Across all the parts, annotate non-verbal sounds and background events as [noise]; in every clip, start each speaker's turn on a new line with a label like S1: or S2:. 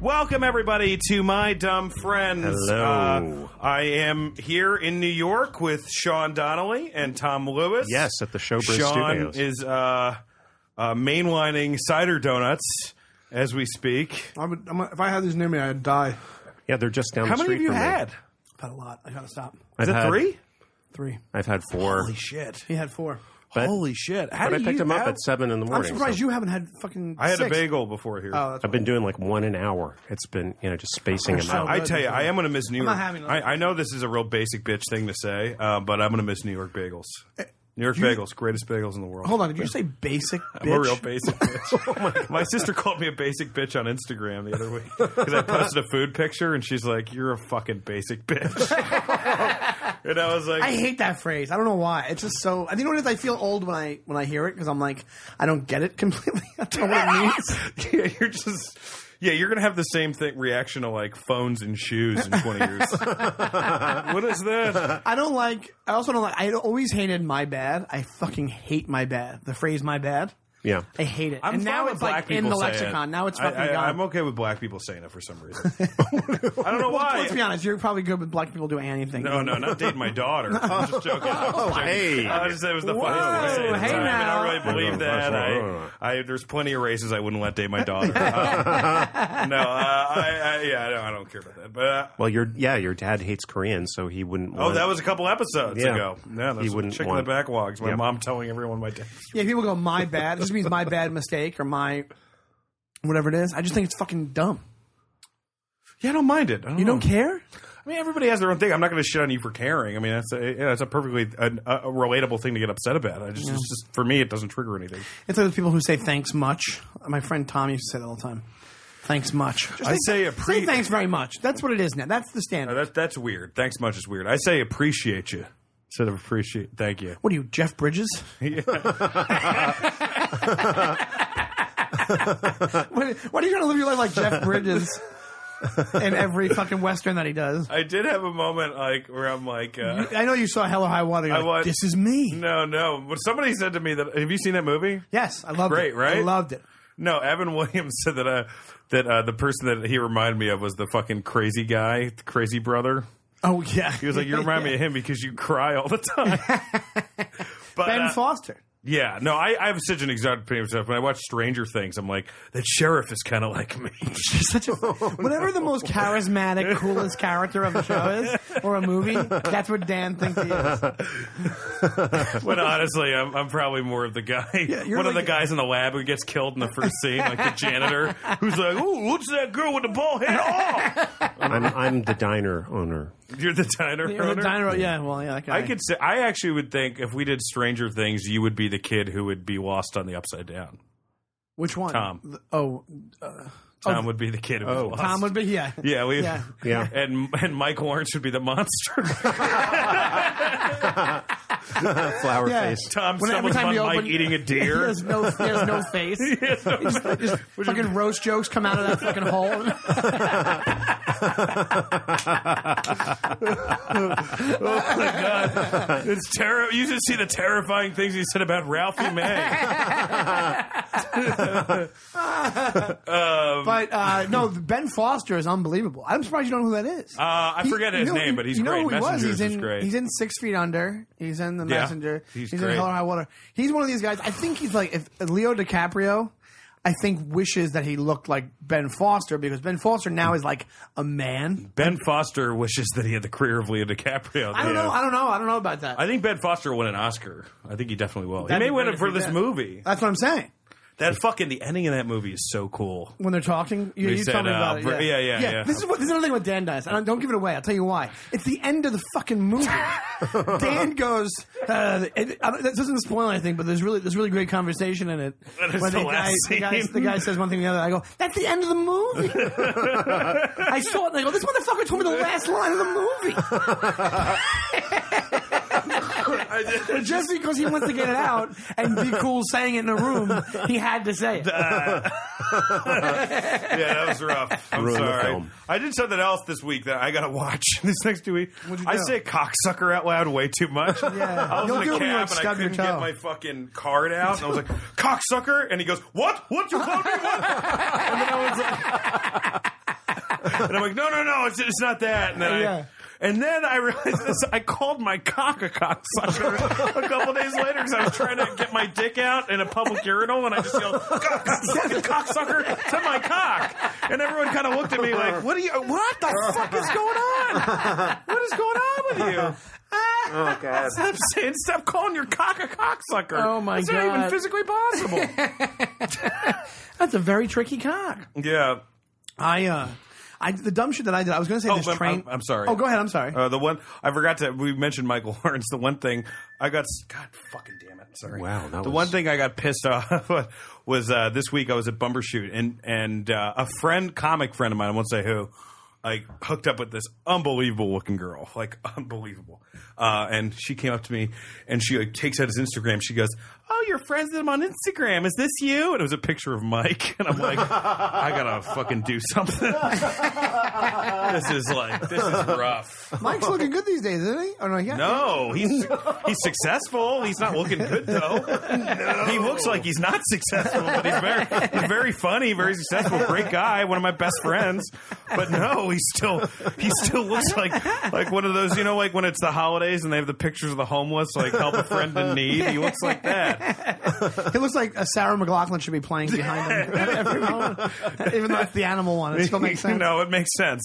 S1: Welcome everybody to my dumb friends.
S2: Hello.
S1: Uh, I am here in New York with Sean Donnelly and Tom Lewis.
S2: Yes, at the Showbiz
S1: Sean
S2: Studios.
S1: is uh, uh, mainlining cider donuts as we speak.
S3: I would, I'm, if I had these near me, I'd die.
S2: yeah, they're just down
S1: How
S2: the
S1: many
S2: street.
S1: have you
S2: from me.
S1: had?
S3: I've had a lot. I gotta stop.
S2: I've
S1: Is it
S2: had,
S1: three?
S3: Three.
S2: I've had four.
S1: Holy shit!
S3: He had four.
S2: But-
S1: Holy shit! How
S2: but I
S1: do
S2: picked
S1: you
S2: them up
S1: how-
S2: at seven in the
S3: I'm
S2: morning.
S3: surprised
S2: so-
S3: you haven't had fucking.
S1: I had a
S3: six.
S1: bagel before here.
S3: Oh, that's
S2: I've been doing like one an hour. It's been you know just spacing them
S3: so
S2: out.
S1: I
S3: oh, good.
S1: tell you, I am going to miss New York.
S3: not having
S1: I, I know this is a real basic bitch thing to say, uh, but I'm going to miss New York bagels. New York bagels, greatest bagels in the world.
S3: Eh, hold on. Did you say basic?
S1: I'm a real [laughs] basic bitch. Oh my, sister called me a basic bitch on Instagram the other week because I posted a food picture and she's like, "You're a fucking basic bitch," [laughs] and I was like,
S3: I hate that phrase. I don't know why. It's just so. I think what it is. I feel old when I when I hear it because I'm like I don't get it [laughs] completely. I don't know what it
S1: [laughs]
S3: means.
S1: yeah, "You're just." Yeah, you're gonna have the same thing reaction to like phones and shoes in 20 years. [laughs] what is that?
S3: I don't like. I also don't like. I always hated my bad. I fucking hate my bad. The phrase my bad.
S2: yeah,
S3: I hate it.
S1: I'm
S3: and
S1: fine
S3: now
S1: with
S3: it's
S1: black
S3: like in
S1: people
S3: the
S1: saying it.
S3: lexicon. Now it's fucking
S1: I, I,
S3: gone.
S1: I'm okay with black people saying it for some reason.
S3: [laughs]
S1: I don't know why.
S3: Let's be honest. You're probably good with black people doing anything.
S1: No, no, not dating my daughter. I'm just joking.
S3: [laughs]
S1: Oh,
S2: hey.
S1: I was, that was the funny
S3: Whoa,
S1: thing to say at the
S3: hey
S1: time.
S3: now.
S1: I mean, I don't really believe that. I, I, there's plenty of races I wouldn't let date my [laughs] daughter. Uh, no, uh, I, I, yeah, I don't, I don't care about that. But uh,
S2: Well, your yeah, your dad hates Koreans, so he wouldn't.
S1: oh,
S2: want-
S1: that was a couple episodes
S2: Yeah.
S1: ago. Yeah, that's
S2: He wouldn't
S1: chick in
S2: want-
S1: the backlogs. My
S2: Yep.
S1: mom telling everyone my dad.
S3: Yeah, people go my bad. It just means my bad mistake or my whatever it is. I just think it's fucking dumb.
S1: Yeah, I don't mind it. I
S3: You
S1: know.
S3: don't care?
S1: I mean, everybody has their own thing. I'm not going to shit on you for caring. I mean, that's a, yeah, that's a perfectly an, a, a relatable thing to get upset about. I just, it's just for me, it doesn't trigger anything.
S3: It's like those people who say thanks much. My friend Tom used to say that all the time. Thanks much. Just
S1: I say appre-
S3: say thanks very much. That's what it is now. That's the
S1: No,
S3: standard.
S1: that, that's weird. Thanks much is weird. I say appreciate you instead of appreciate. Thank you.
S3: what are you, Jeff
S1: [laughs]
S3: Bridges? [laughs] what, what are you going to live your life like Jeff Bridges in every fucking Western that he does?
S1: I did have a moment like where I'm like, uh,
S3: I know you saw Hell or High Water. You're
S1: I
S3: like,
S1: watched-
S3: this is me.
S1: no, no. But somebody said to me that have you seen that movie?
S3: Yes, I loved
S1: Great,
S3: it.
S1: right?
S3: I loved it.
S1: No, Evan [laughs] Williams said that uh, that uh, the person that he reminded me of was the fucking crazy guy, the crazy brother.
S3: Oh [laughs] yeah,
S1: He was like, you remind me of him because you cry all the
S3: [laughs]
S1: time. but,
S3: Ben
S1: uh,
S3: Foster.
S1: Yeah, no, I, I have such an exotic opinion of stuff. When I watch Stranger Things, I'm like, that sheriff is kind of like me.
S3: She's such a whatever the most
S1: [laughs]
S3: charismatic, coolest character of a show is or a movie. That's what Dan thinks he is.
S1: But honestly, I'm, I'm probably more of the guy,
S3: you're
S1: one of the
S3: like-
S1: guys in the lab who gets killed in the first scene, like the janitor, who's like, "Ooh, what's that girl with the bald head?"
S2: I'm I'm the diner owner.
S1: Oh, you're the diner
S3: Or
S1: owner.
S3: the diner, yeah, well, yeah, that guy.
S1: I could say I actually would think if we did Stranger Things, you would be the kid who would be lost on the upside down.
S3: Which one?
S1: Tom.
S3: The- Oh,
S1: Tom would be the kid who was lost.
S3: Tom would be yeah.
S1: Yeah, we.
S3: Yeah.
S2: Yeah.
S1: [laughs] and and Mike Lawrence would be the monster. [laughs]
S2: Flower
S3: Yeah.
S2: face.
S4: [laughs]
S1: Tom
S3: When- every
S1: stumbles
S3: time
S1: on
S3: you
S1: Mike
S3: open- [laughs]
S1: eating a deer.
S3: There's no,
S1: [laughs]
S3: there's no face. Just- just fucking roast jokes come out of that
S1: [laughs]
S3: fucking hole.
S1: It's terrible. You should see the terrifying things he said about Ralphie May.
S3: But uh, no, Ben Foster is unbelievable. I'm surprised you don't know who that is.
S1: Uh, I forget his
S3: you know-
S1: name, but he's
S3: you know
S1: great.
S3: Who he was?
S1: Messengers
S3: He's
S1: is
S3: in,
S1: great.
S3: He's in Six Feet Under. He's in The
S1: Yeah,
S3: Messenger.
S1: he's
S3: He's,
S1: great.
S3: in Hell or High Water. He's one of these guys. I think he's like if if Leo DiCaprio. I think wishes that he looked like Ben Foster because Ben Foster now is like a man.
S1: Ben Foster wishes that he had the career of Leo DiCaprio.
S3: I don't know. I don't know. I don't know about that.
S1: I think Ben Foster will win an Oscar. I think he definitely will.
S3: That'd
S1: he may
S3: be
S1: win
S3: great
S1: it
S3: if
S1: for
S3: he
S1: this
S3: did.
S1: movie.
S3: That's what I'm saying.
S1: That fucking the ending of that movie is so [laughs] cool.
S3: When they're talking, you,
S1: They
S3: you
S1: said,
S3: tell me
S1: uh,
S3: about
S1: Br-
S3: it.
S1: yeah,
S3: Yeah.
S1: yeah, yeah.
S3: This is what this is another thing what Dan does. And I- don't give it away. I'll tell you why. It's the end of the fucking
S1: [laughs]
S3: movie. Dan goes. Uh, it, I don't- that doesn't spoil anything, but there's really there's really great conversation in it.
S1: That is
S3: When
S1: the
S3: guy,
S1: last
S3: the, guy,
S1: scene.
S3: the guy says one thing to the other. I go, that's the end of the
S1: [laughs]
S3: movie. I saw it and I go, this motherfucker told me the last line of
S1: [laughs]
S3: the movie. But just because he wants to get it out and be cool saying it in a room, he had to say it.
S1: yeah, that was [laughs] rough. I'm
S2: Ruined the
S1: sorry.
S2: film.
S1: I did something else this week that I got to watch [laughs] this next two weeks.
S3: What'd you
S1: I
S3: do?
S1: say cocksucker out loud way too much.
S3: Yeah.
S1: I was
S3: You'll
S1: in
S3: do
S1: a
S3: it when you,
S1: cab and
S3: like,
S1: I
S3: stub your
S1: couldn't get
S3: toe.
S1: my fucking card out. And I was like, cocksucker. And he goes, what? What? You called me what? And then I was like, and I'm like, [laughs] no, no, no, it's, it's not that. And then
S3: Yeah.
S1: I, and then I realized this. I called my cock a cocksucker a couple days later because I was trying to get my dick out in a public urinal, and I just yelled, cock, fucking cocksucker to my cock, and everyone kind of looked at me like, what are you? What the fuck is going [laughs] on? What is going on with you?
S2: Oh god.
S1: Stop saying, stop calling your cock a cocksucker.
S3: Oh, my
S1: It's not even
S3: God.
S1: physically
S3: [laughs]
S1: possible.
S3: That's a very tricky cock.
S1: yeah.
S3: I uh, I the dumb shit that I did. I was going to say
S1: Oh,
S3: this
S1: but I'm-
S3: train.
S1: I'm sorry.
S3: Oh, go ahead. I'm sorry.
S1: Uh, the one I forgot to we mentioned Michael [laughs] Lawrence. The one thing I got God fucking damn it, sorry.
S2: Wow, that
S1: the
S2: was-
S1: one thing I got pissed [laughs] off was uh, this week I was at Bumbershoot and and uh, a friend, comic friend of mine, I won't say who, I hooked up with this unbelievable looking girl, like [laughs] unbelievable. Uh, and she came up to me and she like takes out his Instagram. She goes, "Oh, your friends with him on Instagram. Is this you?" And it was a picture of Mike. [laughs] And I'm like, I gotta fucking do something. [laughs] this is like this is rough.
S3: Mike's looking good these days, isn't he? Oh no, [laughs] yeah.
S1: No, he's he's successful. He's not looking good though. He looks like he's not successful, but he's very he's very funny, very successful, great guy, one of my best friends. But no, he's still he still looks like like one of those you know like when it's the holidays and they have the pictures of the homeless like help a friend in need. He looks like that.
S3: He looks like a Sarah McLaughlin should be playing
S1: [laughs]
S3: behind him [laughs] at every moment, even though it's the animal one. It still makes sense.
S1: [laughs] No, it makes sense.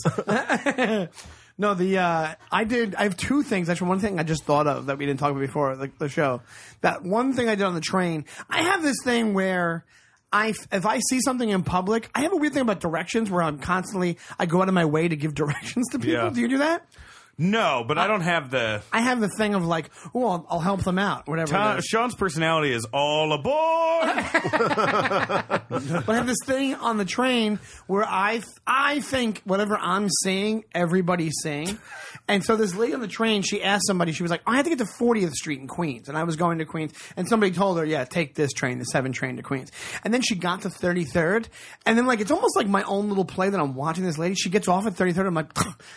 S3: No, the uh, I did. I have two things. Actually, one thing I just thought of that we didn't talk about before the, the show. That one thing I did on the train. I have this thing where. I, if I see something in public, I have a weird thing about directions where I'm constantly, I go out of my way to give [laughs] directions to people.
S1: Yeah.
S3: Do you do that?
S1: No, but I don't have the
S3: I have the thing of like, oh, I'll, I'll help them out, whatever. it
S1: Tom,
S3: is.
S1: Sean's personality is all aboard.
S3: [laughs] But I have this thing on the train where I I think whatever I'm saying, everybody's saying. And so this lady on the train, she asked somebody, she was like, "Oh, I have to get to 40th Street in Queens. And I was going to Queens. And somebody told her, yeah, take this train, the 7 train to Queens. And then she got to 33rd. And then, like, it's almost like my own little play that I'm watching this lady. She gets off at 33rd. I'm like,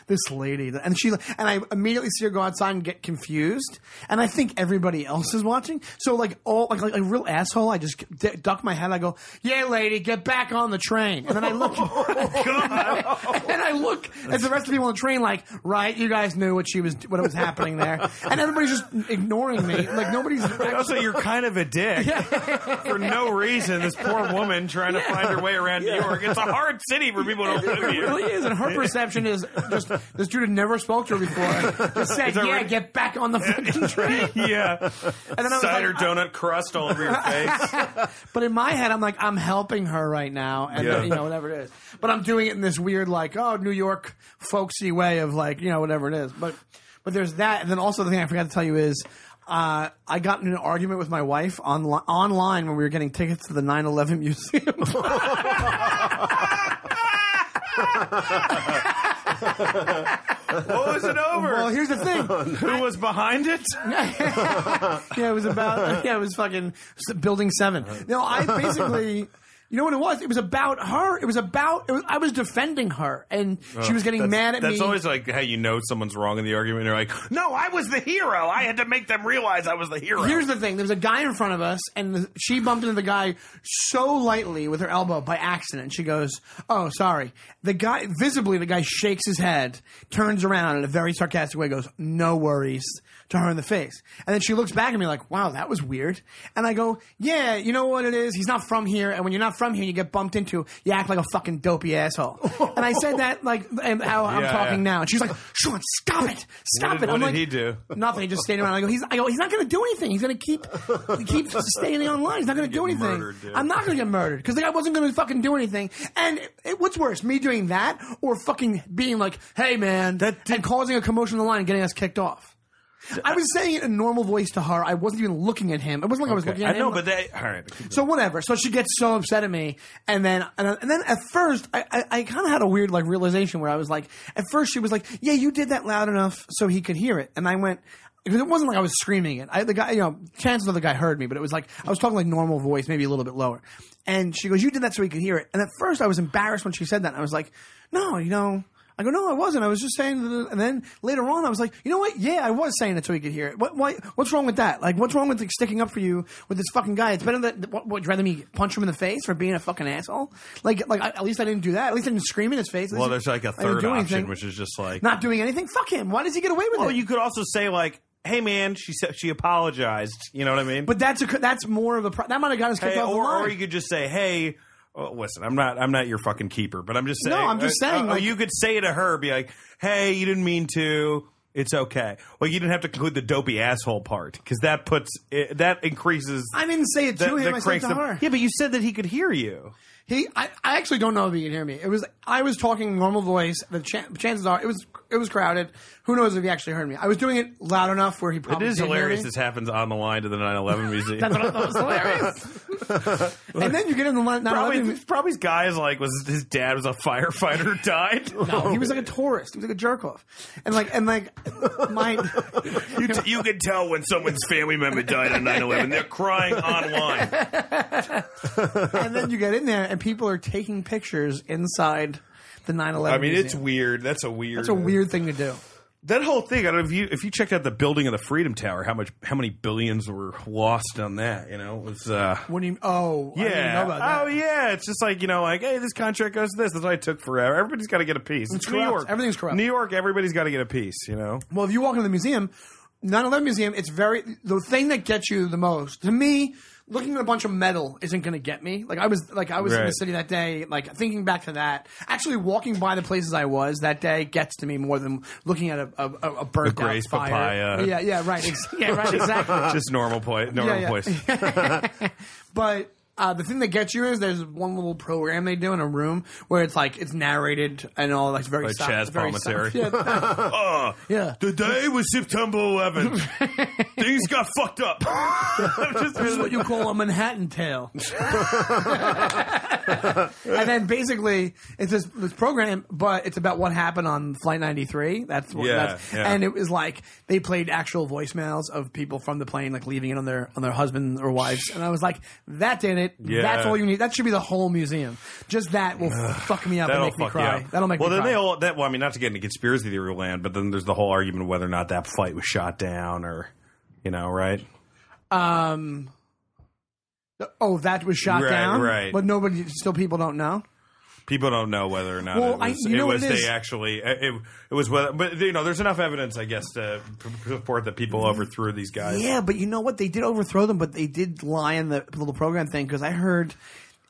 S3: this lady. And she and I immediately see her go outside and get confused. And I think everybody else is watching. So, like, all, like, like a real asshole, I just d- duck my head. I go, yeah, lady, get back on the train. And then I look. [laughs] and I look at the rest of the people on the train, like, right, you guys knew what she was, what was happening there, and everybody's just ignoring me,
S1: [laughs]
S3: like nobody's.
S1: But also, you're kind of a dick [laughs] for no reason. This poor woman trying to find her way around New York. It's a hard city for people to
S3: It
S1: live
S3: really
S1: in.
S3: is, and her perception is just this dude had never spoke to her before. Just said,
S1: that
S3: "Yeah,
S1: right?
S3: get back on
S1: [laughs]
S3: the fucking train."
S1: Yeah,
S3: And then I was
S1: cider
S3: like,
S1: donut crust all over your face.
S3: [laughs] But in my head, I'm like, I'm helping her right now, and
S1: Yeah.
S3: you know whatever it is. But I'm doing it in this weird, like, oh, New York folksy way of like, you know, whatever it is. But but there's that, and then also the thing I forgot to tell you is. Uh, I got in an argument with my wife on, online when we were getting tickets to the 9/11 [laughs] museum.
S1: What was it over?
S3: well, here's the thing:
S1: Who was behind it?
S3: yeah, it
S1: [laughs]
S3: was about yeah, it was fucking building seven. No, I basically. You know what it was? It was about her. It was about. It was, I was defending her, and she was getting mad at
S1: Oh, That's
S3: me.
S1: always like how you know someone's wrong in the argument. You're like, no, I was the hero. I had to make them realize I was the hero.
S3: Here's the thing: there was a guy in front of us, and the, she bumped into the guy so lightly with her elbow by accident. She goes, "Oh, sorry." The guy, visibly, the guy shakes his head, turns around in a very sarcastic way, goes, "No worries." To her in the face, and then she looks back at me like, "Wow, that was weird." And I go, "Yeah, you know what it is? He's not from here, and when you're not from here, you get bumped into, you act like a fucking
S1: [laughs]
S3: dopey asshole." and I said that like and how I'm
S1: Yeah,
S3: talking
S1: yeah.
S3: now, and she's like, "Sean, stop it, stop
S1: What did-
S3: it." I'm
S1: what did
S3: like,
S1: he do?
S3: Nothing. He just stayed around. I go. He's. I go. He's not going to do anything. He's going to keep keep standing on line. He's not going to do
S1: get
S3: anything.
S1: murdered, dude.
S3: I'm not going to get murdered because the guy wasn't going to fucking do anything. And it, it- what's worse, me doing that or fucking being like, "Hey, man," and causing a commotion on the line and getting us kicked off. I was saying it in a normal voice to her. I wasn't even looking at him. It wasn't like I was looking at
S1: I
S3: him.
S1: know, but they. All right.
S3: So whatever. So she gets so upset at me, and then and, and then at first I I, I kind of had a weird like realization where I was like, at first she was like, yeah, you did that loud enough so he could hear it, and I went. Because it wasn't like I was screaming it. I, the guy, you know, chances are the guy heard me, but it was like I was talking like normal voice, maybe a little bit lower. And she goes, "You did that so he could hear it." And at first, I was embarrassed when she said that. And I was like, "No, you know, I go, no, I wasn't. I was just saying. that-" And then later on, I was like, you know what? Yeah, I was saying it so he could hear it. What? Why? What's wrong with that? Like, what's wrong with like, sticking up for you with this fucking guy? It's better that. What, would you rather me punch him in the face for being a fucking asshole? Like, like I, at least I didn't do that. At least I didn't scream in his face. At
S1: Well,
S3: least
S1: there's like a
S3: I didn't
S1: third
S3: do
S1: option,
S3: anything.
S1: which is just like
S3: not doing anything. Fuck him. Why does he get away with
S1: Well,
S3: it?
S1: you could also say like, "Hey, man, she said she apologized." You know what I mean?
S3: but that's a that's more of a pro- that might have got us kicked
S1: hey,
S3: off the
S1: or,
S3: line.
S1: or you could just say, "Hey, oh, listen, I'm not I'm not your fucking keeper, but I'm just
S3: No,
S1: saying."
S3: I'm just
S1: uh,
S3: saying,
S1: uh,
S3: like-
S1: you could say to her, be like, "Hey, you didn't mean to." It's okay. Well, you didn't have to include the dopey asshole part because that puts it, that increases.
S3: I didn't say it to
S1: that,
S3: him.
S1: that
S3: I said it
S1: cranks
S3: to
S1: the-
S3: her.
S1: Yeah, but you said that he could hear you.
S3: He, I, I actually don't know if he could hear me. It was I was talking normal voice. The chan chances are it was it was crowded. Who knows if he actually heard me? I was doing it loud enough where he
S1: It
S3: probably
S1: is
S3: did hear
S1: hilarious.
S3: me.
S1: This happens on the line to the
S3: [laughs]
S1: 9/11 museum.
S3: That's what I thought was hilarious.
S1: [laughs]
S3: and then you get in the line.
S1: Probably,
S3: Probably,
S1: probably, guys like was his dad was a firefighter [laughs] who died.
S3: he was like a tourist. He was like a jerk off, and like and like my
S1: You, t- you can tell when someone's family member died on 9 11. They're crying online.
S3: and then you get in there and people are taking pictures inside the 9/11.
S1: I mean, it's
S3: museum.
S1: weird. That's a weird.
S3: That's a weird thing to do.
S1: That whole thing. I don't know if you if you checked out the building of the Freedom Tower. How much? How many billions were lost on that? You know, it was. Uh,
S3: What do you? Oh, I
S1: yeah.
S3: didn't even know about that.
S1: Oh yeah. It's just like you know, like hey, this contract goes to this. That's why it took forever. Everybody's got to get a piece. It's, New
S3: corrupt.
S1: York.
S3: Everything's corrupt.
S1: New York. Everybody's got to get a piece. You know.
S3: Well, if you walk into the museum, 9/11 museum, it's very the thing that gets you the most. To me, looking at a bunch of metal isn't going to get me. Like I was, like I was in the
S1: Right.
S3: city that day. Like thinking back to that, actually walking by the places I was that day gets to me more than looking at a a, a- a burnt out
S1: Grace
S3: fire.
S1: papaya.
S3: Yeah, yeah, right, ex- [laughs] yeah, right, exactly.
S1: just normal place. Normal
S3: Uh, yeah. [laughs]
S1: place.
S3: But uh, the thing that gets you is there's one little program they do in a room where it's like it's narrated and all like very
S1: By
S3: soft-
S1: Chaz
S3: very soft.
S1: Palminteri.
S3: [laughs] Yeah,
S1: [laughs] Oh,
S3: Yeah.
S1: The day was September
S3: [laughs]
S1: 11th. Things got fucked up. [laughs] Just-
S3: This is what you call a Manhattan tale. [laughs] and then basically, it's this, this program, but it's about what happened on Flight 93. That's what
S1: Yeah,
S3: that's,
S1: yeah.
S3: and it was like they played actual voicemails of people from the plane, like leaving it on their on their husbands or wives. And I was like, that did it.
S1: Yeah.
S3: That's all you need. That should be the whole museum. Just that will fuck me up
S1: That'll
S3: and make me
S1: fuck you
S3: cry.
S1: up.
S3: That'll make
S1: well,
S3: me
S1: then
S3: cry.
S1: they all that. Well, I mean, not to get into conspiracy theory land, but then there's the whole argument of whether or not that flight was shot down, or you know, right?
S3: um, oh, that was shot
S1: Right,
S3: down.
S1: right.
S3: But nobody, still, people don't know.
S1: People don't know whether or not
S3: Well,
S1: it
S3: I-
S1: was,
S3: you know
S1: it
S3: what
S1: was
S3: it is?
S1: they actually it, it, it was whether, but you know, there's enough evidence, I guess, to p- support that people overthrew these guys.
S3: Yeah, but you know what? They did overthrow them, but they did lie on the little program thing because I heard,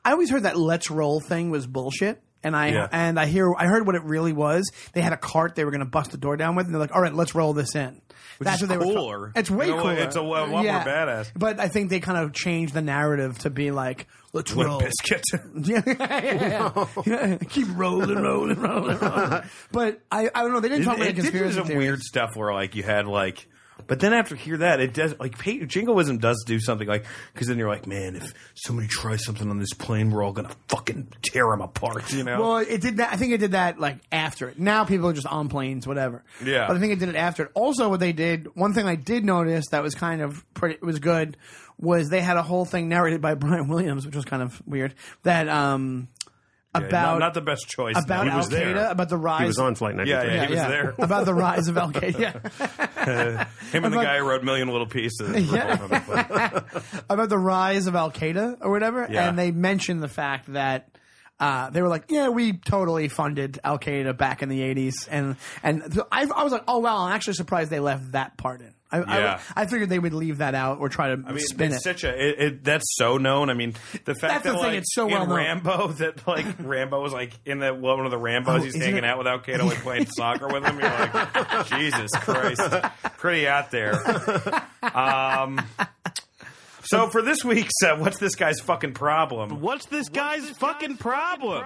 S3: I always heard that "Let's Roll" thing was bullshit. And I
S1: Yeah.
S3: and I hear I heard what it really was. They had a cart they were going to bust the door down with, and they're like, "All right, let's roll this in."
S1: is cooler.
S3: It's way
S1: You know,
S3: cooler.
S1: it's a lot more badass.
S3: But I think they kind of changed the narrative to be like, "Let's
S1: Limp
S3: roll."
S1: biscuit.
S3: [laughs] Yeah, yeah, yeah.
S1: [laughs]
S3: Yeah, [laughs] Keep rolling, rolling, rolling, rolling. But I, I don't know. They didn't
S1: [laughs]
S3: talk about
S1: it
S3: the
S1: did do
S3: conspiracy
S1: some
S3: theories.
S1: weird stuff where like you had like but then after hear that it does like pa- jingoism does do something like because then you're like man if somebody tries something on this plane we're all gonna fucking tear them apart you know
S3: Well, it did that. I think it did that like after it. Now people are just on planes, whatever.
S1: Yeah.
S3: But I think it did it after it. Also, what they did, one thing I did notice that was kind of pretty, it was good, was they had a whole thing narrated by [laughs] Brian Williams, which was kind of weird. That um
S1: Yeah,
S3: about
S1: not, not the best choice
S3: about
S1: he
S3: Al
S1: was there
S3: Qaeda, about the rise.
S2: He was on Flight 93.
S1: yeah, yeah, he was
S3: yeah,
S1: there
S3: about
S1: [laughs]
S3: the rise of Al Qaeda. Yeah.
S1: him and the
S3: about-
S1: guy who wrote million little
S3: [laughs]
S1: pieces
S3: about the rise of Al Qaeda or whatever,
S1: Yeah.
S3: and they mentioned the fact that uh, they were like, "Yeah, we totally funded Al Qaeda back in the '80s," and and so I, I was like, "Oh wow!" I'm actually surprised they left that part in. I, I-
S1: Yeah.
S3: I, figured they would leave that out or try to
S1: I mean,
S3: [laughs] spin
S1: it's
S3: it.
S1: such a it, it, that's so known. I mean, the fact
S3: That's the
S1: that
S3: thing,
S1: like
S3: it's so
S1: in
S3: well known.
S1: Rambo that
S3: [laughs]
S1: like Rambo was like in that one of the Rambo's he's
S3: Oh, isn't
S1: hanging
S3: it-
S1: out with Al Qaeda like
S3: [laughs]
S1: playing soccer with him. You're like, Jesus Christ, pretty out
S3: [laughs]
S1: there. Um, so for this week's uh, what's this guy's fucking problem?
S5: What's this guy's fucking problem?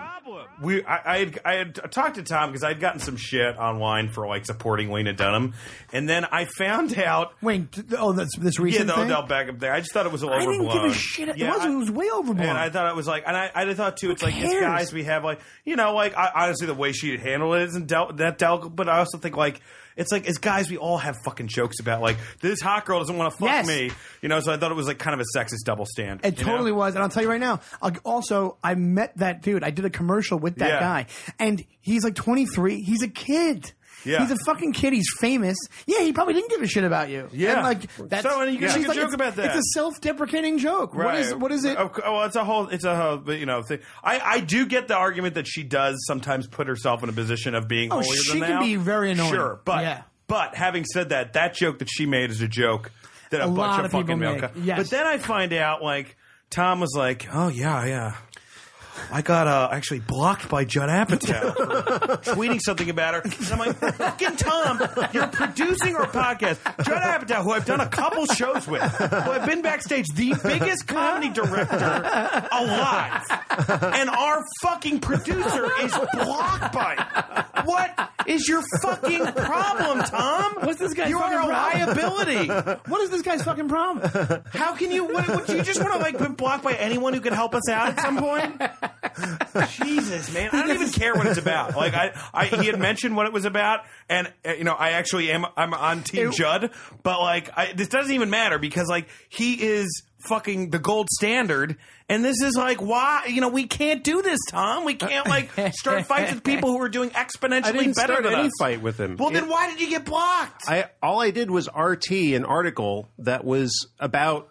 S1: we I, I had I had talked to Tom because I'd gotten some shit online for like supporting Lena Dunham, and then I found out.
S3: Wait, th- oh, that's this
S1: Yeah,
S3: recent
S1: the
S3: thing.
S1: Odell Beckham thing. I just thought it was a little
S3: I didn't give
S1: overblown.
S3: a shit. It
S1: Yeah,
S3: was
S1: I-
S3: it was way overboard.
S1: and I thought it was like, and I, I thought too, it's like it's
S3: cares?
S1: guys we have like, you know, like I, honestly the way she handled it isn't del- that delicate, but I also think like It's like as guys, we all have fucking jokes about like this hot girl doesn't want to fuck
S3: Yes.
S1: me, you know. So I thought it was like kind of a sexist double stand.
S3: It
S1: you know?
S3: totally was, and I'll tell you right now. i also, I met that dude. I did a commercial with that
S1: Yeah.
S3: guy, and he's like 23. He's a kid.
S1: Yeah.
S3: He's a fucking kid. He's famous. Yeah, he probably didn't give a shit about you.
S1: Yeah.
S3: And like that's
S1: So, and you can
S3: she's
S1: make a joke
S3: it's,
S1: about that.
S3: It's a self-deprecating joke. What is what is it?
S1: Oh, well, it's a whole, it's a whole, you know, thing. I, I do get the argument that she does sometimes put herself in a position of being.
S3: Oh,
S1: holier
S3: she
S1: than
S3: can
S1: thou.
S3: be very annoying.
S1: Sure, but
S3: Yeah.
S1: but having said that, that joke that she made is a joke that a,
S3: A
S1: bunch
S3: lot
S1: of,
S3: of people
S1: fucking male.
S3: make,
S1: co-
S3: yes.
S1: But then I find out like Tom was like, oh yeah, yeah. I got uh, actually blocked by Judd Apatow
S3: [laughs]
S1: for tweeting something about her. And I'm like, fucking Tom, you're producing our podcast. Judd Apatow, who I've done a couple shows with, who I've been backstage, the biggest comedy director alive. And our fucking producer is blocked by it. What is your fucking problem, Tom?
S3: What's this guy's
S1: You
S3: fucking
S1: are a
S3: problem?
S1: liability.
S3: what is this guy's fucking problem?
S1: [laughs] How can you? What, what, do you just want to like be blocked by anyone who could help us out at some point? Jesus, man, I don't even care what it's about. Like I, I he had mentioned what it was about, and uh, you know, I actually am I'm on Team
S3: It-
S1: Judd, but like I, this doesn't even matter because like he is fucking the gold standard, and this is like why you know we can't do this, Tom. We can't like start fights with people who are doing exponentially
S4: I didn't
S1: better
S4: start
S1: than
S4: any
S1: us.
S4: fight with him.
S1: Well, then
S4: It-
S1: why did you get blocked?
S4: I all I did was RT an article that was about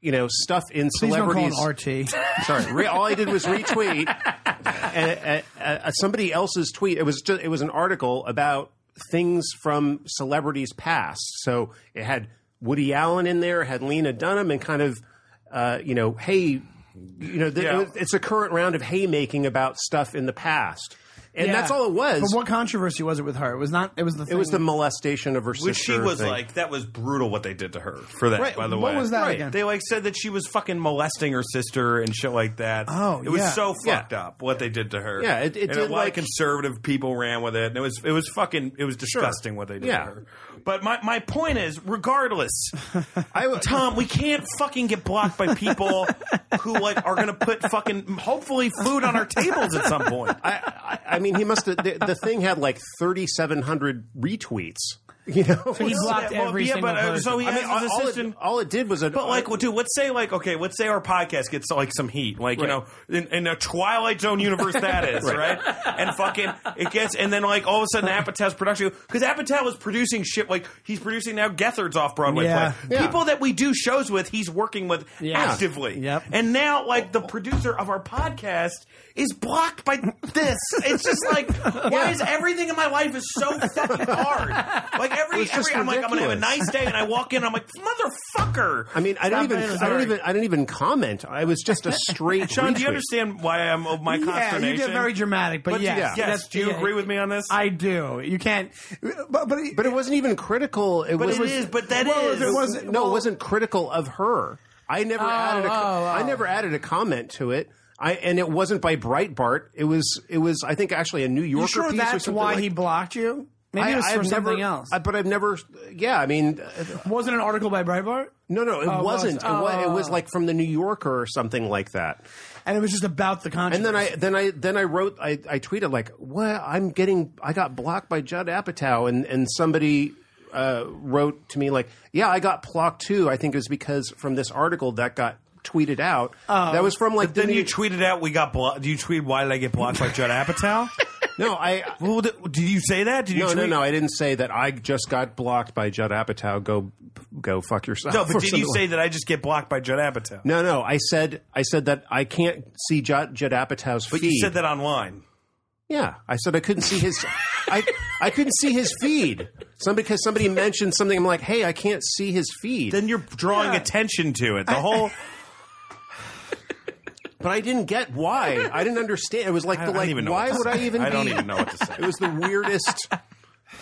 S4: you know stuff in
S3: Please don't call
S4: celebrities.
S3: him RT.
S4: Sorry, re- all I did was retweet
S1: [laughs]
S4: a, a, a, somebody else's tweet. It was just, it was an article about things from celebrities past. So it had Woody Allen in there, had Lena Dunham, and kind of uh, you know, hey, you know, th-
S1: Yeah.
S4: it's a current round of haymaking about stuff in the past, and
S3: Yeah.
S4: that's all it was.
S3: But what controversy was it with her? It was not. It was the.
S4: it was the molestation of her sister.
S1: Which she was
S4: thing.
S1: like, that was brutal what they did to her for that,
S4: Right.
S1: by the
S3: What
S1: way.
S3: was that Right. again?
S1: They like said that she was fucking molesting her sister and shit like that.
S3: Oh,
S1: It was
S3: yeah.
S1: so
S4: Yeah.
S1: fucked up what they did to her.
S4: Yeah, it- it
S1: and
S4: did,
S1: a lot
S4: like-
S1: of conservative people ran with it. And it was it was fucking it was disgusting what they did
S4: Yeah.
S1: to her. But my, my point is,
S4: [laughs]
S1: regardless,
S4: I w-
S1: Tom, we can't fucking get blocked by people who like are gonna put fucking hopefully food on our tables at some point.
S4: I, I, I mean, he must have. The, the thing had like 3,700 retweets. You know?
S3: he blocked
S1: Yeah, well,
S3: every
S1: yeah,
S3: single
S1: but, uh,
S3: person.
S1: so he
S4: I mean,
S1: has
S4: all,
S1: his
S4: all
S1: assistant.
S4: it, all it did was a.
S1: But like, well, dude, let's say like, okay, let's say our podcast gets like some heat, like you
S4: Right.
S1: know, in, in a Twilight Zone universe that is, right. And fucking, it gets, and then like all of a sudden, Apatow's production because Apatow was producing shit like he's producing now Gethard's off Broadway
S3: Yeah.
S1: play.
S4: Yeah.
S1: People that we do shows with, he's working with
S3: Yeah.
S1: actively.
S3: Yep.
S1: And now, like, the producer of our podcast is blocked by this. It's just like, why is everything in my life is so fucking hard? Like every
S4: It's just
S1: every, I'm like, I'm gonna have a
S4: ridiculous.
S1: nice day, and I walk in, I'm like, motherfucker.
S4: I mean, I don't even.
S3: Stop it,
S4: I don't
S3: sorry.
S4: even. I didn't even comment. I was just a straight.
S1: Sean, do you
S4: retweet.
S1: understand why I'm of my
S3: yeah,
S1: consternation?
S3: you get very dramatic, but,
S1: But
S3: yes,
S4: yeah.
S1: Yes,
S3: that's-
S1: do you
S3: yeah.
S1: agree with me on this?
S3: I do. You can't. But but,
S4: But it wasn't even critical. It
S1: but
S4: was.
S1: it is, but that is.
S3: Well, there was-
S4: no, it wasn't critical of her. I never added. A,
S3: oh, oh.
S4: I never added a comment to it. I and it wasn't by Breitbart. It was. It was. I think actually a New Yorker
S3: you sure
S4: piece or
S3: that's
S4: something
S3: why
S4: like
S3: he blocked you? Maybe it was
S4: I've
S3: for something
S4: never-
S3: else.
S4: I- but I've never. Yeah, I mean, uh,
S3: Wasn't an article by Breitbart,
S4: no, no, it
S3: it was-
S4: wasn't. It, was, it was like from the New Yorker or something like that.
S3: and it was just about the controversy.
S4: And then I, then I, then I wrote, I, I tweeted like, "Well, I'm getting, I got blocked by Judd Apatow," and and somebody uh, wrote to me like, "Yeah, I got blocked too. I think it was because from this article that got tweeted out. that was from like the
S1: Oh, then
S4: New-
S1: you tweeted out, we got blocked. Do you tweet, why did I get blocked by Judd Apatow?
S4: [laughs] no,
S1: [laughs]
S4: I."
S1: well, did, did you say that? Did you
S4: No, no,
S1: tweet?
S4: no! I didn't say that. I just got blocked by Judd Apatow. Go, go fuck yourself.
S1: No,
S4: or
S1: but did you
S4: something
S1: say
S4: like-
S1: that I just get blocked by Judd Apatow?
S4: No, no. I said I said that I can't see Judd, Judd Apatow's
S1: But
S4: feed.
S1: you said that online.
S4: Yeah, I said I couldn't see his. I I couldn't see his feed. Some because somebody mentioned something. I'm like, hey, I can't see his feed.
S1: Then you're drawing
S3: Yeah.
S1: attention to it. The whole.
S4: but I didn't get why. I didn't understand. It was like
S1: I
S4: the
S1: don't
S4: like.
S1: even know
S4: why
S1: what
S4: would
S1: to
S4: I
S1: say.
S4: even?
S1: I don't
S4: be-
S1: even know what to say.
S4: [laughs] It was the weirdest.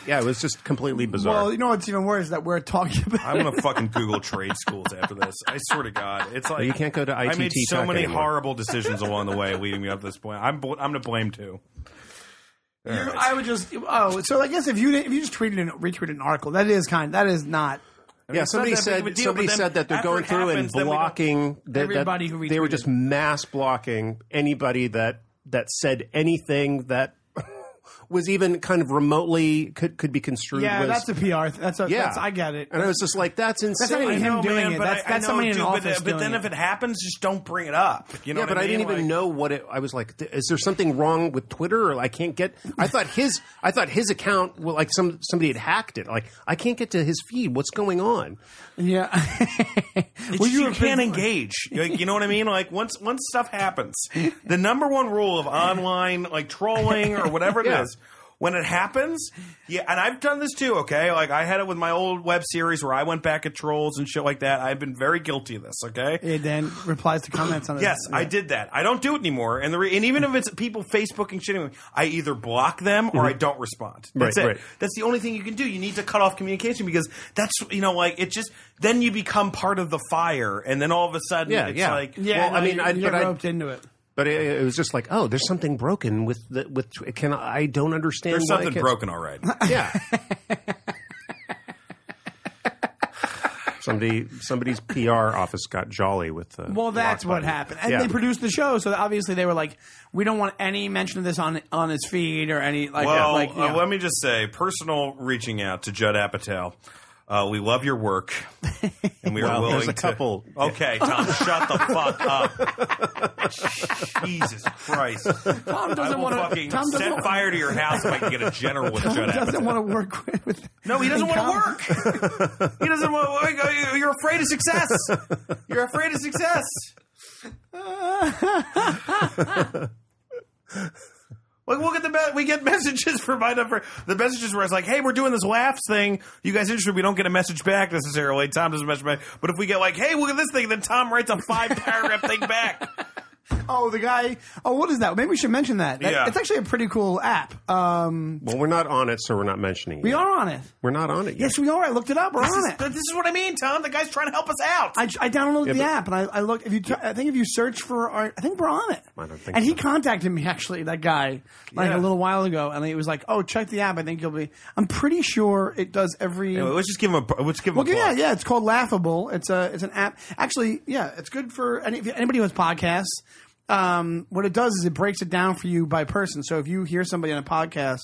S4: Yeah, it was just completely bizarre.
S3: well, you know what's even worse is that we're talking about.
S1: I'm gonna fucking Google trade schools after this. I swear to God, it's like
S4: you can't go to
S1: I made
S4: ITT
S1: so
S4: Tech
S1: many
S4: anymore.
S1: horrible decisions along the way leading me up to this point. I'm bl- I'm to blame too.
S3: [laughs] You, I would just oh, so I guess if you didn't- if you just tweeted and retweeted an article, that is kind. That is not.
S4: yeah,
S1: it's not
S4: somebody
S1: that big of a
S4: said
S1: deal,
S4: somebody
S1: but then
S4: said that they're
S1: after
S4: going
S1: it
S4: through
S1: happens,
S4: and
S1: then we don't-
S4: blocking that- that
S3: Everybody who
S4: They were
S3: retweeted.
S4: just mass blocking anybody that that said anything that
S2: [laughs] was even kind of remotely could could be construed.
S3: yeah,
S2: was,
S3: that's a PR. Th- that's a,
S2: yeah,
S3: that's, I get it.
S2: And I was just like, that's insane.
S3: not
S1: [clears throat]
S3: even
S1: I
S3: him
S1: know,
S3: doing
S1: man,
S3: it.
S1: but
S3: That's-
S1: I-
S3: that's
S1: I
S3: somebody
S1: know,
S3: in an
S1: dude, but, uh,
S3: office
S1: but
S3: doing
S1: then
S3: it.
S1: if it happens, just don't bring it up. You know
S2: yeah,
S1: what
S2: but I,
S1: mean?
S2: didn't even
S1: Like-
S2: know what it. I was like, "Th- is there something wrong with Twitter? Or I can't
S1: [laughs]
S2: get. I thought his. I thought his account. Well, like some somebody had hacked it. Like I can't get to his feed. What's going on?
S3: Yeah. [laughs]
S1: It's
S3: Well,
S1: just you,
S3: were
S1: can't
S3: busy-
S1: engage. Like, you know what I mean? Like once once stuff happens, the number one rule of online like trolling or whatever
S3: [laughs]
S1: it is,
S2: Yeah.
S1: when it happens, yeah. And I've done this too. Okay, like I had it with my old web series where I went back at trolls and shit like that. I've been very guilty of this. Okay,
S3: It then replies to comments on it.
S1: Yes,
S3: Yeah.
S1: I did that. I don't do it anymore. And the re- and even if it's people Facebooking shitting, me, I either block them or I don't respond. That's
S2: Mm-hmm. Right,
S1: it.
S2: right.
S1: That's the only thing you can do. You need to cut off communication because that's you know like it just then you become part of the fire, and then all of a sudden
S2: Yeah,
S1: it's
S2: yeah.
S1: like
S3: Yeah,
S2: Well,
S3: no,
S2: I mean,
S3: you,
S2: I-
S3: you
S2: but
S3: get
S2: I-
S3: roped into it.
S2: But it, it was just like, oh, there's something broken with the with. Tw- Can I I don't understand?
S1: there's
S2: why I
S1: something
S2: can't-
S1: broken already.
S2: [laughs]
S3: [laughs]
S2: Yeah. Somebody, somebody's PR office got jolly with the.
S3: Well, that's
S2: Lock
S3: what
S2: button.
S3: happened, and
S2: Yeah.
S3: they produced the show, so obviously they were like, "We don't want any mention of this on on his feed or any like."
S1: Well,
S3: like, you
S1: uh,
S3: know.
S1: let me just say, personal reaching out to Judd Apatow. Uh, we love your work, and we are
S2: Well,
S1: willing
S2: there's a
S1: to-
S2: couple.
S1: Okay, Tom, shut the fuck
S2: [laughs]
S1: up. Jesus Christ! Tom [laughs]
S3: doesn't
S1: I will
S3: wanna-
S1: fucking
S3: Tom doesn't
S1: set
S3: wa-
S1: fire to your house if I can get a general with Judd
S3: He doesn't
S1: Apatow.
S3: want to work [laughs] with- with.
S1: No, he doesn't
S3: in com-
S1: want to work. he doesn't want. to You're afraid of success. You're afraid of success. Like we'll get the me- we get messages from my number. The messages where it's like, "Hey, we're doing this laughs thing. You guys interested?" We don't get a message back necessarily. Tom doesn't message back, but if we get like, "Hey, look at this thing," then Tom writes a five paragraph thing back.
S3: Oh, the guy. Oh, what is that? Maybe we should mention that. That-
S1: Yeah.
S3: It's actually a pretty cool app. Um,
S2: Well, we're not on it, so we're not mentioning.
S3: we are on it.
S2: We're not on it yet.
S3: Yes, we are. I looked it up. We're
S1: This
S3: on
S1: is,
S3: it.
S1: this is what I mean, Tom. The guy's trying to help us out.
S3: I, I downloaded
S2: Yeah,
S3: the
S2: but-
S3: app and I, I looked. If you, t- I think if you search for, our, I think we're on it.
S2: I don't think
S3: And he
S2: so.
S3: contacted me actually, that guy, like
S1: Yeah.
S3: a little while ago, and he was like, "Oh, check the app. I think you'll be." I'm pretty sure it does every.
S1: Anyway, let's just give him a. Let's give him
S3: Well,
S1: a.
S3: yeah,
S1: plug.
S3: yeah. It's called Laughable. It's a it's an app. Actually, yeah, it's good for any, if anybody who has podcasts. Um, what it does is it breaks it down for you by person. So if you hear somebody on a podcast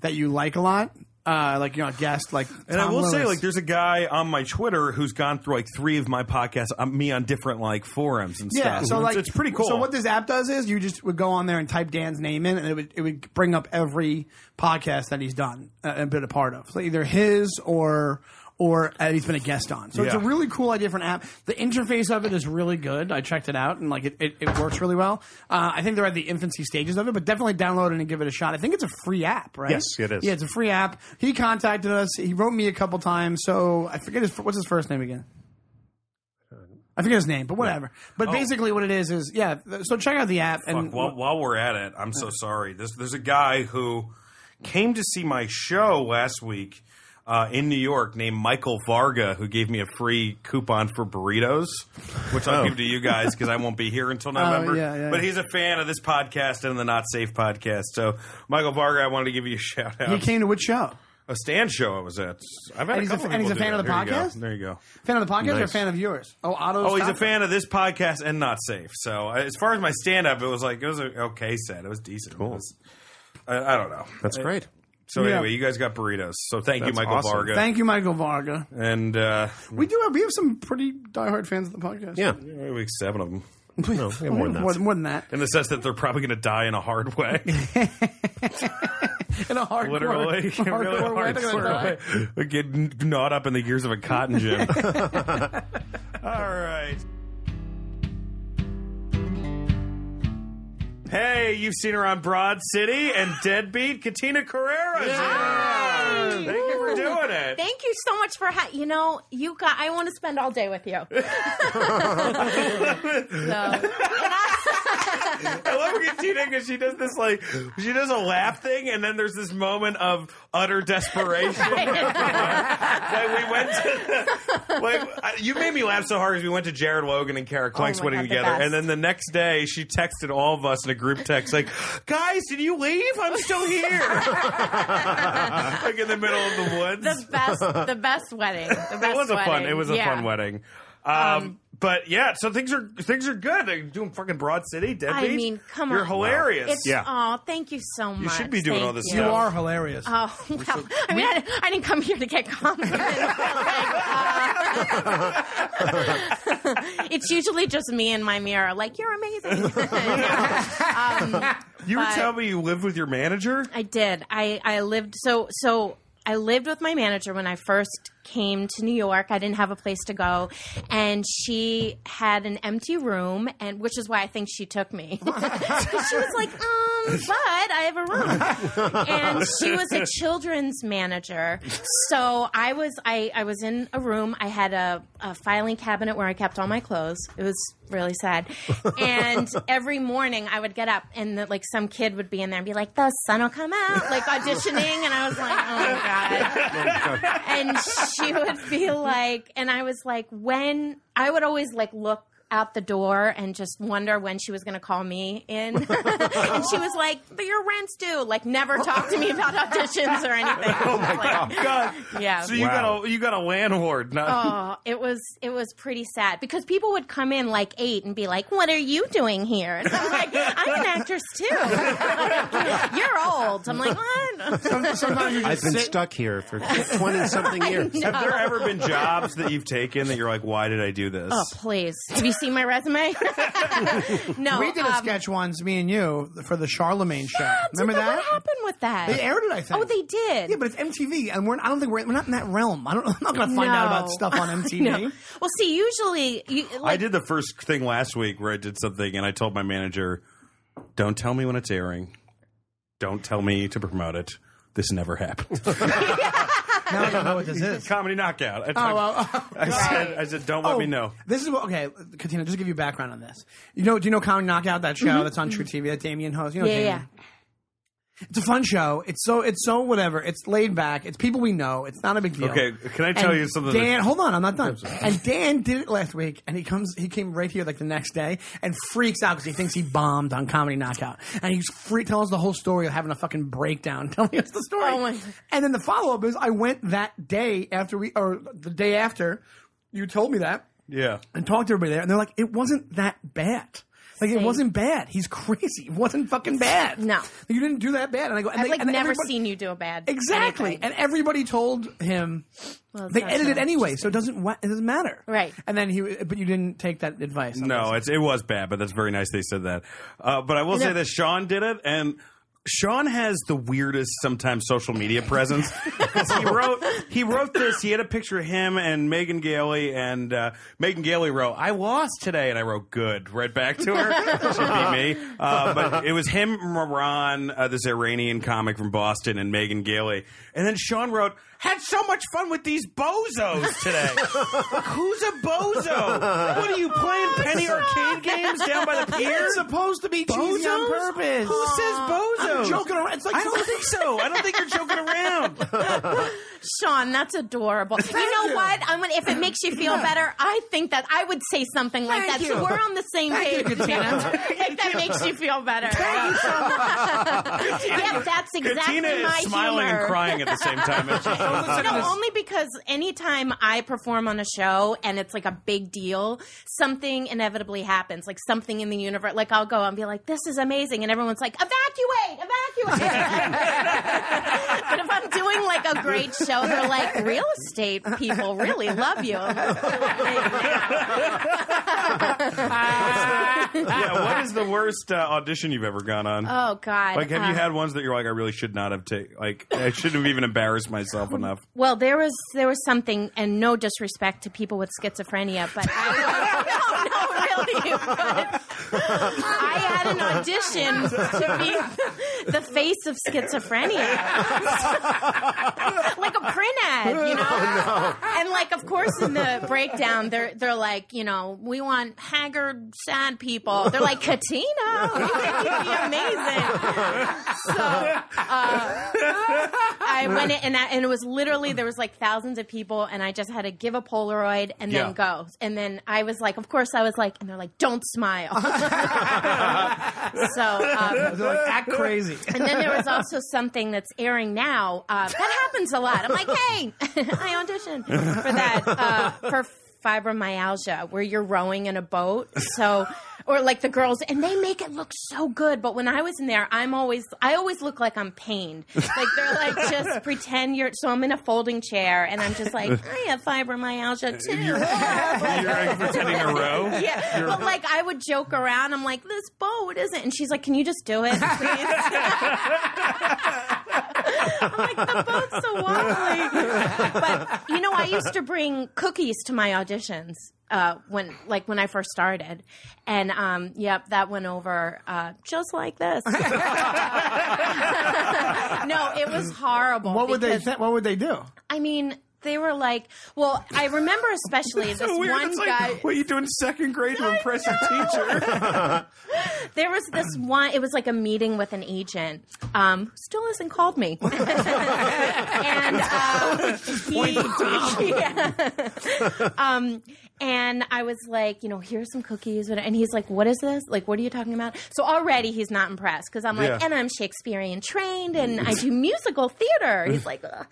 S3: that you like a lot, uh, like you're know, a guest, like
S1: And I will say, like, there's a guy on my Twitter who's gone through like three of my podcasts, um, me on different like forums and
S3: yeah,
S1: stuff.
S3: so
S1: It's-
S3: like
S1: it's, pretty cool.
S3: So what this app does is you just would go on there and type Dan's name in, and it would it would bring up every podcast that he's done uh, and been a part of, so either his or. Or uh, he's been a guest on, so it's a
S1: Yeah.
S3: really cool idea for an app. The interface of it is really good. I checked it out and like it, it, it works really well. Uh, I think they're at the infancy stages of it, but definitely download it and give it a shot. I think it's a free app, right?
S2: Yes, it is.
S3: Yeah, it's a free app. He contacted us. He wrote me a couple times. So I forget his what's his first name again. I forget his name, but whatever.
S2: Oh.
S3: But basically, what it is is yeah. th- So check out the app and
S1: Fuck, while, while we're at it, I'm so sorry. There's, there's a guy who came to see my show last week uh, in New York named Michael Varga, who gave me a free coupon for burritos, which I'll give to you guys because I won't be here until
S3: [laughs]
S1: November.
S3: Oh. yeah, yeah,
S1: but
S3: yeah.
S1: he's a fan of this podcast and the Not Safe podcast. So, Michael Varga, I wanted to give you a shout out.
S3: he came to which show?
S1: a stand show I was at. I've had
S3: And he's a-
S1: a couple
S3: and he's
S1: people
S3: a fan
S1: do
S3: of the
S1: that. Here you go.
S3: podcast?
S1: There you go.
S3: Fan of the podcast or
S2: Nice.
S3: fan of yours? Oh, Otto.
S1: Oh, he's a
S3: Stocker.
S1: fan of this podcast and not safe. So uh, as far as my stand up, it was like it was an okay set. It was decent. It was, I, I don't know.
S2: That's
S1: Uh,
S2: great.
S1: So
S3: Yeah.
S1: anyway, you guys got burritos. So thank you,
S2: That's
S1: Michael
S2: awesome.
S1: Varga.
S3: Thank you, Michael Varga.
S1: and uh, [laughs]
S3: We do. Have, we have some pretty diehard fans of the podcast.
S2: Yeah.
S1: we seven of them.
S2: No, we have more than that.
S3: More, more than that.
S1: In the sense that they're probably going to die in a hard way,
S3: [laughs] In a
S2: [laughs]
S3: hardcore,
S1: literally,
S3: hardcore
S1: really
S3: way,
S1: hard,
S3: they're gonna
S1: sort of
S3: die.
S1: [laughs] way. They Get gnawed up in the gears of a cotton
S3: [laughs]
S1: gin. All right. Hey, you've seen her on Broad City and Deadbeat. Katina Carrera. Thank you for doing it.
S6: Thank you so much for ha- you know you got. I want to spend all day with you. [laughs] so,
S1: I love Katina because she does this like she does a laugh thing, and then there's this moment of utter desperation.
S3: [laughs]
S6: [laughs]
S1: like we went to like I- you made me laugh so hard because we went to Jared Logan and Kara Clank's
S6: Oh my
S1: wedding
S6: God, the
S1: together,
S6: best.
S1: and then the next day she texted all of us in a group text like, "Guys, did you leave? I'm still
S6: [laughs]
S1: here." like in the middle of the woods.
S6: the best, the best wedding. The best
S1: it was a
S6: wedding.
S1: fun. It was a
S6: Yeah.
S1: fun wedding. Um, But yeah, so things are things are good. They're doing fucking Broad City, Dead
S6: I
S1: Beat.
S6: mean, come on.
S1: You're hilarious.
S6: It's,
S2: Yeah.
S6: Oh, thank you so much.
S1: You should be doing
S6: Thank
S1: all this
S6: you.
S1: stuff.
S3: You are hilarious.
S6: Oh, well, I mean, I, I didn't come here to get [laughs] compliments.
S1: [laughs]
S6: but, uh, [laughs] it's usually just me in my mirror, like, you're amazing.
S1: [laughs]
S6: You know?
S1: you were
S6: but-
S1: telling me you lived with your manager.
S6: I did. I, I lived so so I lived with my manager when I first came to New York. I didn't have a place to go, and she had an empty room, and which is why I think she took me. [laughs] 'Cause she was like, um, but I have a room, and she was a children's manager. So I was I I was in a room. I had a, a filing cabinet where I kept all my clothes. It was really sad, and every morning I would get up and the, like some kid would be in there and be like, "The sun will come out," like auditioning, and I was like, "Oh my god." and she would be like, and I was like, when I would always like look out the door and just wonder when she was going to call me in. [laughs] and she was like, but your rent's due. Like, never talk to me about auditions or anything. Oh my
S1: God.
S6: [laughs] Yeah.
S1: So you
S2: Wow.
S1: got a you got a landlord. Not,
S6: Oh, it was it was pretty sad because people would come in like eight and be like, "What are you doing here?" And I'm like, "I'm an actress [laughs] too. You're old." I'm like, "What?" [laughs]
S3: Sometimes you
S2: I've
S3: just
S2: been
S3: sit.
S2: stuck here for 20
S3: [laughs]
S2: something years.
S1: have there ever been jobs that you've taken that you're like, why did I do this?
S6: Oh, please. Have you seen
S3: [laughs]
S6: my resume? no.
S3: We did a
S6: um, Oh,
S3: sketch once, me and you, for the Charlemagne show.
S6: Dude,
S3: Remember
S6: that-
S3: that?
S6: What happened with that?
S3: They aired it, I think.
S6: Oh, they did.
S3: Yeah, but it's MTV, and we're. I don't think we're. We're not in that realm. I don't. I'm not going to find out about
S6: No.
S3: stuff
S6: [laughs]
S3: on
S6: No.
S3: MTV.
S6: Well, see, usually, you, like,
S1: I did the first thing last week where I did something and I told my manager, "Don't tell me when it's airing. Don't tell me to promote it. This never happened."
S3: Now I don't know what this is.
S1: [laughs] Comedy knockout. I,
S3: Oh,
S1: talked-
S3: well, [laughs]
S1: I said, I said, "Don't let
S3: oh,
S1: me know."
S3: This is what. Okay, Katina, just to give you background on this. You know, do you know Comedy Knockout? That show
S1: Mm-hmm.
S3: that's on True TV that Damien hosts. You know,
S6: yeah,
S3: Damien.
S6: yeah.
S3: It's a fun show. It's so. It's so whatever. It's laid back. It's people we know. It's not a big deal.
S1: Okay, can I tell
S3: And
S1: you something? that-
S3: Dan, hold on, I'm not done. and Dan did it last week, and he comes, he came right here like the next day, and freaks out because he thinks he bombed on Comedy Knockout, and he's free tells the whole story of having a fucking breakdown, [laughs] telling us the story.
S6: Oh my-
S3: And then the follow up is, I went that day after we, or the day after, you told me that,
S1: yeah.
S3: and talked to everybody there, and they're like, it wasn't that bad. Like it
S6: Same.
S3: wasn't bad. He's crazy. It wasn't fucking bad.
S6: No.
S3: you didn't do that bad. And I go, and
S6: I've
S3: they-
S6: like
S3: and
S6: never
S3: everybody-
S6: seen you do a bad
S3: Exactly.
S6: anything.
S3: And everybody told him
S6: Well, it's
S3: they
S6: not
S3: edit it
S6: true.
S3: anyway, so it doesn't wa- it doesn't matter.
S6: Right.
S3: And then he, but you didn't take that advice.
S1: No, it's, it was bad, but that's very nice they said that. Uh, but I will say that Sean did it, and Sean has the weirdest sometimes social media presence. 'Cause he wrote he wrote this. He had a picture of him and Megan Gailey, and uh, Megan Gailey wrote, "I lost today," and I wrote, "Good," right back to her. Should be me. Uh, but it was him, Moran, uh, this Iranian comic from Boston, and Megan Gailey, and then Sean wrote. Had so much fun with these bozos today. Who's a [laughs] bozo? What are you playing penny arcade games down [laughs] by the pier?
S3: It's supposed to be cheesy on
S1: Bozos?
S3: purpose.
S1: Who [laughs] says bozo?
S3: I'm joking around. It's like
S1: I don't [laughs] think so. I don't think you're joking around.
S6: Sean, that's adorable. You know
S3: you.
S6: what? I'm gonna, if it makes you feel better, I think that I would say something like
S3: Thank
S6: that.
S3: you.
S6: So we're on the same
S3: Thank you,
S6: page.
S3: Katina.
S6: if that makes you feel better. [laughs] yeah, that's [laughs] exactly
S1: Tina
S6: my
S1: is smiling
S6: humor.
S1: and crying at the same time. [laughs] And she's-
S6: [laughs] No, only because anytime I perform on a show and it's like a big deal, something inevitably happens. Like something in the universe. Like I'll go and be like, "This is amazing," and everyone's like, "Evacuate! Evacuate!" [laughs] but if I'm doing like a great show, they're like, "Real estate people really love
S1: [laughs]
S6: you." [laughs] [laughs]
S1: yeah, what is the worst uh, audition you've ever gone on?
S6: oh God!
S1: like, have you
S6: Uh,
S1: had ones that you're like, I really should not have taken? Like, I shouldn't have even embarrassed myself [laughs] enough.
S6: Well, there was there was something, and no disrespect to people with schizophrenia, but I, [laughs] no, no, really, but I had an audition to be [laughs] the face of schizophrenia, like a print ad, you know. And like, of course, in the breakdown, they're they're like, you know, we want haggard, sad people. They're like, Katina, you think you'd be amazing. So. Uh, I went in and, I, and it was literally there was like thousands of people and I just had to give a Polaroid and
S1: Yeah.
S6: then go and then I was like of course I was like and they're like don't smile [laughs] so um,
S3: They're like, act
S6: [laughs]
S3: crazy.
S6: and then there was also something that's airing [laughs] now uh, that happens a lot I'm like hey I auditioned for that uh, for fibromyalgia where you're rowing in a boat. So, or like the girls, and they make it look so good. But when I was in there, I'm always, I always look like I'm pained. Like they're like, just pretend you're, so I'm in a folding chair and I'm just like, I have fibromyalgia too.
S1: You're like, pretending to row.
S6: Yeah, but like I would joke around. I'm like, this boat isn't. And she's like, can you just do it, please? [laughs] I'm like, the boat's so wobbly. But you know, I used to bring cookies to my auditions uh, when, like, when I first started, and um, yep, that went over uh, just like this. [laughs] no, it was horrible.
S3: What would they?
S6: because-
S3: Th- what would they do?
S6: I mean. They were like, well, I remember especially this
S1: So weird.
S6: one
S1: it's
S6: guy.
S1: like, what are you doing in second grade to impress your
S3: [laughs]
S1: teacher?
S6: There was this one. It was like a meeting with an agent um, who still hasn't called me, and uh, he, Yeah. [laughs] um, and I was like, you know, here's some cookies, and he's like, what is this? Like, what are you talking about? So already he's not impressed because I'm like,
S1: Yeah.
S6: and I'm Shakespearean trained, and I do musical theater. He's like, Ugh.